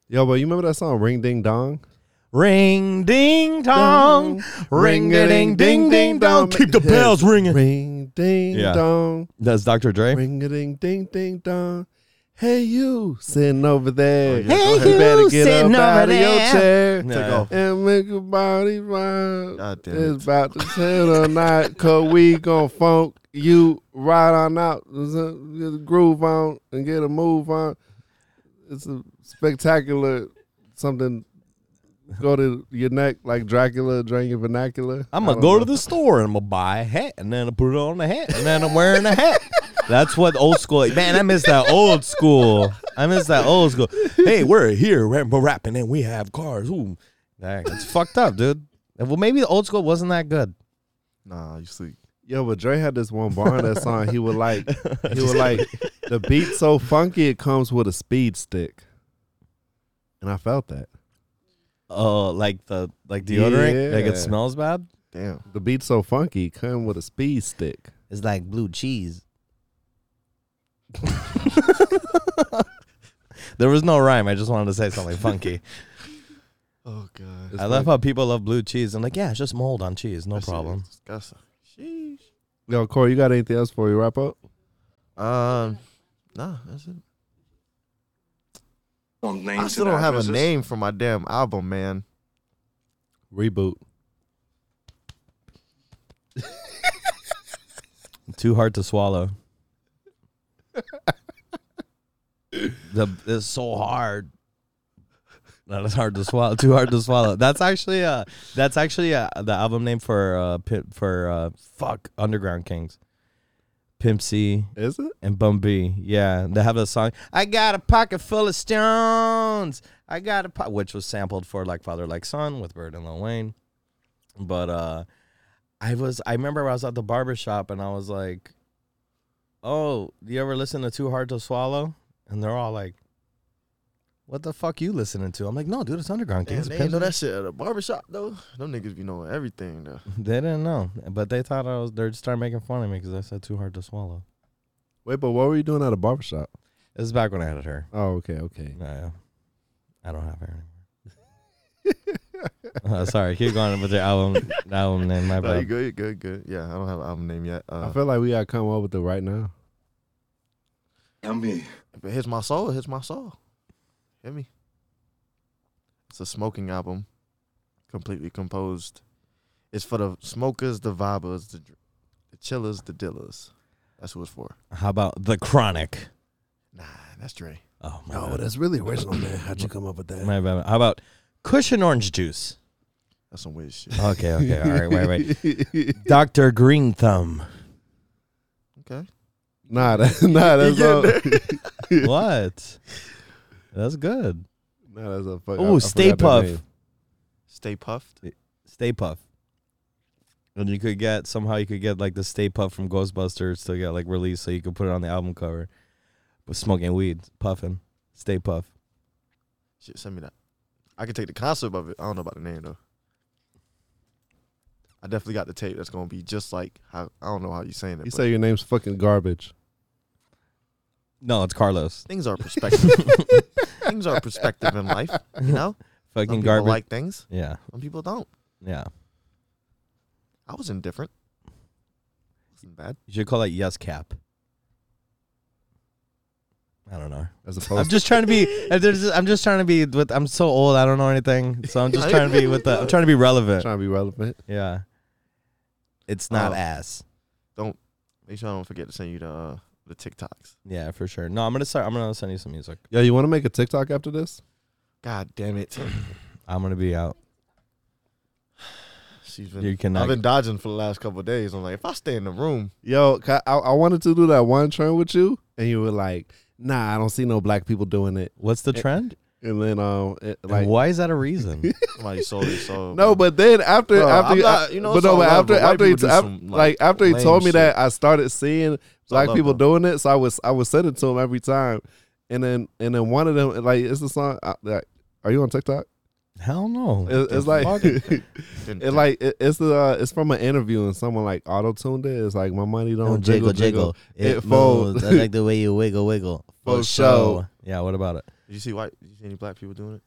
B: Yo, but you remember that song "Ring Ding Dong"?
F: Ring ding dong, ring a ding ding ding dong. Keep the bells ringing.
B: Ring ding
F: Yeah.
B: dong.
F: That's Dr. Dre.
B: Ring a ding ding ding dong. Hey you sitting over there.
D: Oh, yeah, go
B: you
D: ahead.
B: better get
L: sitting
B: up
L: over
B: out of your
L: there.
B: chair
D: Take
F: Yeah.
D: off.
B: and make your body rock.
D: God damn it.
B: It's about to turn on night, cause we gon' funk you right on out. Get a groove on and get a move on. It's a spectacular something. Go to your neck like Dracula, drain your vernacular.
F: I'm
B: I don't
F: gonna go
B: know.
F: to the store and I'm gonna buy a hat and then I put it on the hat and then I'm wearing a hat. That's what old school. Man, I miss that old school. I miss that old school. Hey, we're here, we're we're rapping, and we have cars. Ooh, Dang, it's fucked up, dude. Well, maybe the old school wasn't that good.
D: Nah, you sleep.
B: Yo, but Dre had this one bar in that song. He would like, he would like, the beat so funky it comes with a speed stick, and I felt that.
F: Oh, like the like deodorant, like
B: Yeah.
F: it smells bad.
D: Damn.
B: The beat so funky it come with a speed stick.
L: It's like blue cheese.
F: *laughs* There was no rhyme. I just wanted to
B: *laughs*
F: say something funky.
D: Oh, God.
B: It's
F: I
B: like-
F: love how people love blue cheese. I'm like, yeah, it's just mold on cheese, no
D: That shit is
F: problem.
D: Disgusting. Sheesh.
B: Yo, Corey, you got anything else before we wrap up?
D: Um, nah, that's it.
M: On names
D: I
M: and
D: still don't have a
M: addresses.
D: name for my damn album, man.
B: Reboot.
F: Too hard to swallow. the it's so hard. That is hard to swallow. Too hard to swallow. That's actually uh that's actually uh, the album name for uh pimp for uh fuck Underground Kings. Pimp C
B: Is it?
F: and Bum B. Yeah, they have a song. I got a pocket full of stones. I got a po-, which was sampled for like Father Like Son with Bird and Lil Wayne. But uh I was I remember I was at the barber shop and I was like, "Oh, you ever listen to Too Hard to Swallow?" And they're all like, "What the fuck you listening to?" I'm like, "No, dude, it's Underground
D: Damn,
F: Kings."
D: they ain't
F: Pimp
D: know
F: C."
D: that shit at a barbershop, though. Them niggas be knowing everything, though.
F: *laughs* They didn't know, but they thought I was. They started making fun of me because I said "Too Hard to Swallow."
B: Wait, but what were you doing at a barbershop?
F: This is back when I had her.
B: Oh, okay, okay.
F: No, I don't have her anymore. uh, sorry, keep going with your album album name. My
D: No, you
F: bad.
D: good, you good, good. Yeah, I don't have an album name yet. Uh,
B: I feel like we gotta come up with it right now.
M: Tell me.
D: but here's my soul. Here's my soul. Hear me. It's a smoking album, completely composed. It's for the smokers, the vibers, the, dr- the chillers, the dillers. That's who it's for.
F: How about The Chronic?
D: Nah, that's Dre.
F: Oh, my
B: No,
F: bad.
B: that's really original, man. How'd you come up with that?
F: My bad. How about Cushion Orange Juice?
D: That's some weird
B: *laughs*
D: shit.
F: Okay, okay. All right, wait, wait. Dr. Green Thumb.
D: Okay.
B: *laughs* Nah, that, *laughs* nah,
F: You
B: that's all.
F: what? That's good.
B: nah, that's a fuck. I-
F: Oh,
B: I
F: Stay
B: forgot that
F: Puff.
B: name.
D: Stay puffed.
F: Stay Puff. And you could get somehow you could get like the Stay Puff from Ghostbusters to get like released, so you could put it on the album cover. But smoking weed, puffing, Stay Puff.
D: Shit, send me that. I can take the concept of it. I don't know about the name though. I definitely got the tape that's gonna be just like how I don't know how you saying it.
B: You
D: but
B: say your name's fucking garbage.
F: No, it's Carlos.
D: things are perspective. things are perspective in life, you know.
F: Fucking
D: Some people
F: garbage.
D: Like things.
F: Yeah,
D: Some people don't.
F: yeah.
D: I was indifferent. Wasn't bad.
F: You should call it Yes Cap. I don't know.
B: As
F: I'm
B: opposed,
F: just trying to be. I'm just- I'm just trying to be with. I'm so old. I don't know anything. So I'm just trying to be with the. I'm trying to be relevant.
B: trying to be relevant.
F: Yeah. It's not
B: Oh.
D: Um,
F: ass.
D: Don't make sure I don't forget to send you the uh, the TikToks.
F: Yeah, for sure. No, I'm gonna start. I'm gonna send you some music.
B: Yo, you want to make a TikTok after this?
D: God damn it!
F: I'm gonna be out.
D: She's been.
F: You cannot-
D: I've been dodging for the last couple of days. I'm like, if I stay in the room,
B: Yo, ca- I, I wanted to do that one trend with you, and you were like, "Nah, I don't see no black people doing it."
F: What's the trend?
B: And then, um, it,
F: And
B: like,
F: why is that
B: *laughs*
F: a reason?
D: somebody sold your soul.
B: no, but then after,
D: Bro,
B: after,
D: I'm
B: you,
D: not- you know,
B: but
D: it's
B: no,
D: all
B: but
D: love,
B: after,
D: but white
B: after, you,
D: people do
B: af-
D: some,
B: like,
D: like,
B: after he
D: lame
B: told me
D: shit.
B: that, I started seeing black
D: love,
B: people
D: bro.
B: doing it, so I was, I was sending to him every time, and then, and then one of them, like, it's the song. I, like, are you on TikTok?
F: Hell no.
B: It, it's like,
D: Didn't
B: it
D: think-
B: like it, it's the uh, it's from an interview, and someone like auto tuned it. It's like my money *laughs*
D: Oh,
B: don't,
I: Don't
B: jiggle, jiggle, It,
I: moves.
B: folds.
I: I like the way you wiggle, wiggle.
B: For show.
F: Yeah. What about it?
D: did you see white? Did you see any black people doing it?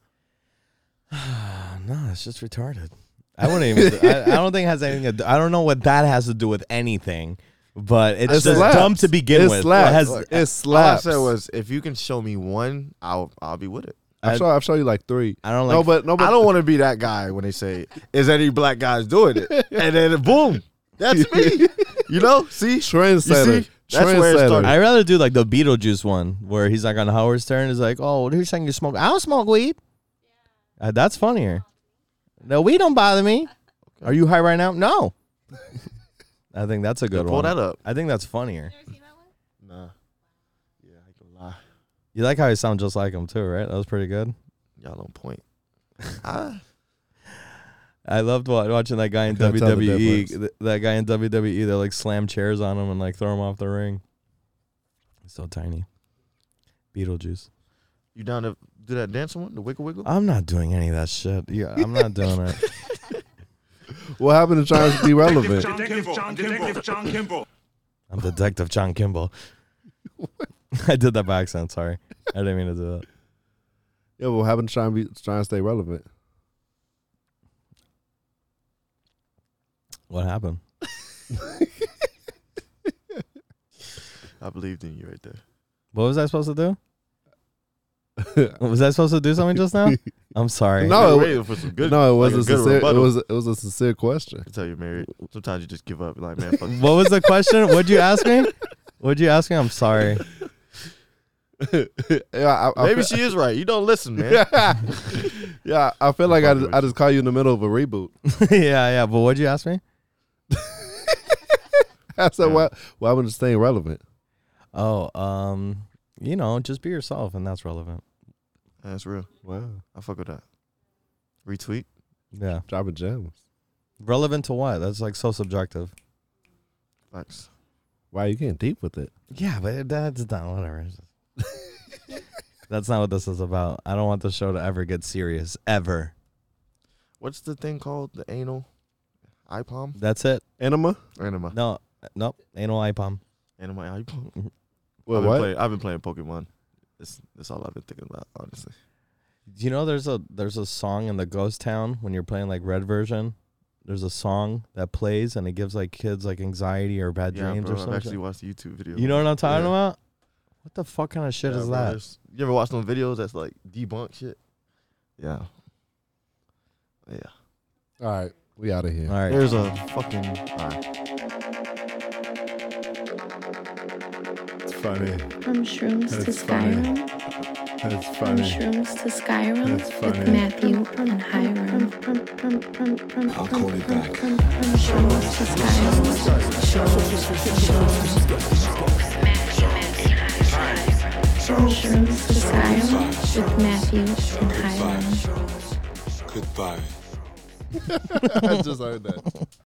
F: no, it's just retarded. I wouldn't even. do- I, I don't think it has anything. To do, I don't know what that has to do with anything. But it's
B: It
F: just
B: slaps.
F: dumb to begin
B: It
F: with.
B: slaps.
F: It has-
B: it
D: All I
B: slaps.
D: said was, if you can show me one, I'll I'll be with it.
B: I've shown, I've shown you like three.
F: I don't like.
B: no, but no, but
D: I don't want to be that guy when they say, "Is any black guys doing it?" And then boom, that's me. You know, see,
B: Trendsetter.
D: You see? That's where
B: Trendsetter.
D: it started.
F: I'd rather do like the Beetlejuice one where he's like on Howard Stern. He's like, oh, who's saying you smoke? I don't smoke weed. Uh, that's funnier. No, weed don't bother me. Are you high right now?
D: *laughs*
F: No. I think that's a good
D: Yeah, pull
F: one.
D: that up.
F: I think that's funnier.
D: Nah, yeah, I can lie.
F: You like how you sound just like him too, right? That was pretty good.
D: Y'all don't point. I,
F: I loved wa- watching
B: *laughs*
F: that guy in
B: couldn't tell the
F: WWE.
B: difference.
F: th- that guy in WWE, they like slam chairs on him and like throw him off the ring. He's so tiny. Beetlejuice.
D: you down to do that dancing one, the wiggle wiggle?
F: I'm not doing any of that shit. Yeah, I'm not
B: *laughs*
F: doing it.
B: what happened to trying to
D: *laughs*
B: be relevant?
K: Detective John Detective John Kimball.
F: I'm Detective
B: *laughs*
F: John Kimball. *laughs* I did that by accident. Sorry, I didn't mean to do that.
B: yeah, what happened to trying to be trying to stay relevant?
F: What happened?
D: I believed in you right there.
F: What was I supposed to do? Was I supposed to do something just
B: *laughs*
F: now? I'm sorry.
B: No,
D: I
B: it
D: waited for some good.
B: no, it was a
D: like a good
B: sincere. It
D: rebuttal.
B: was it was a sincere question.
D: I tell you, married. Sometimes you just give up. Like,
B: *laughs*
D: man, fuck.
F: What was the question? What'd you ask me? What'd you ask me? I'm sorry. *laughs*
B: yeah, I, I
D: Maybe
B: feel,
D: she is right. You don't listen, man.
B: *laughs* yeah, I feel like I just,
D: fucking with
B: I just call you in the middle of a reboot. *laughs*
F: yeah, yeah. But what'd you ask me?
B: I said, "What? Why would just staying relevant?"
F: Oh, um, you know, just be yourself, and that's relevant.
D: That's real.
B: Wow,
D: I fuck with that. Retweet.
F: Yeah,
B: dropping gems.
F: relevant to what? That's like so subjective.
D: Facts.
B: Wow, you getting deep with it.
F: Yeah, but it- that's not whatever. *laughs* that's not what this is about. I don't want the show to ever get serious ever.
D: What's the thing called? The anal IPOM?
F: That's it.
B: Enema.
D: Anima.
F: No, um. nope. Anal IPOM.
D: Anima IPOM.
B: Wait,
D: I've been
B: what?
D: Playing, I've been playing Pokemon. That's that's all I've been thinking about, honestly.
F: Do you know there's a there's a song in the Ghost Town when you're playing like Red version. There's a song that plays and it gives like kids like anxiety or bad
D: yeah,
F: dreams
D: bro,
F: or
D: I've
F: something.
D: actually watched the YouTube video.
F: you know what I'm talking
D: Yeah.
F: about? What the fuck kind of shit
D: Yeah,
F: is
D: bro,
F: that?
D: there's- You ever watch those videos that's like debunk shit? Yeah. Yeah.
B: All right, we out of here.
F: All right.
D: There's a fucking. all right.
B: funny.
A: From Shrooms
B: That's
A: to
B: funny.
A: Skyrim.
B: That's
A: From
B: funny.
A: Shrooms to Skyrim
B: That's funny.
A: with Matthew and Hiram. I'll call it back. From Shrooms to Skyrim. From Shrooms to Skyrim with Matthew and Hiram.
O: Goodbye.
B: *laughs* I just heard that.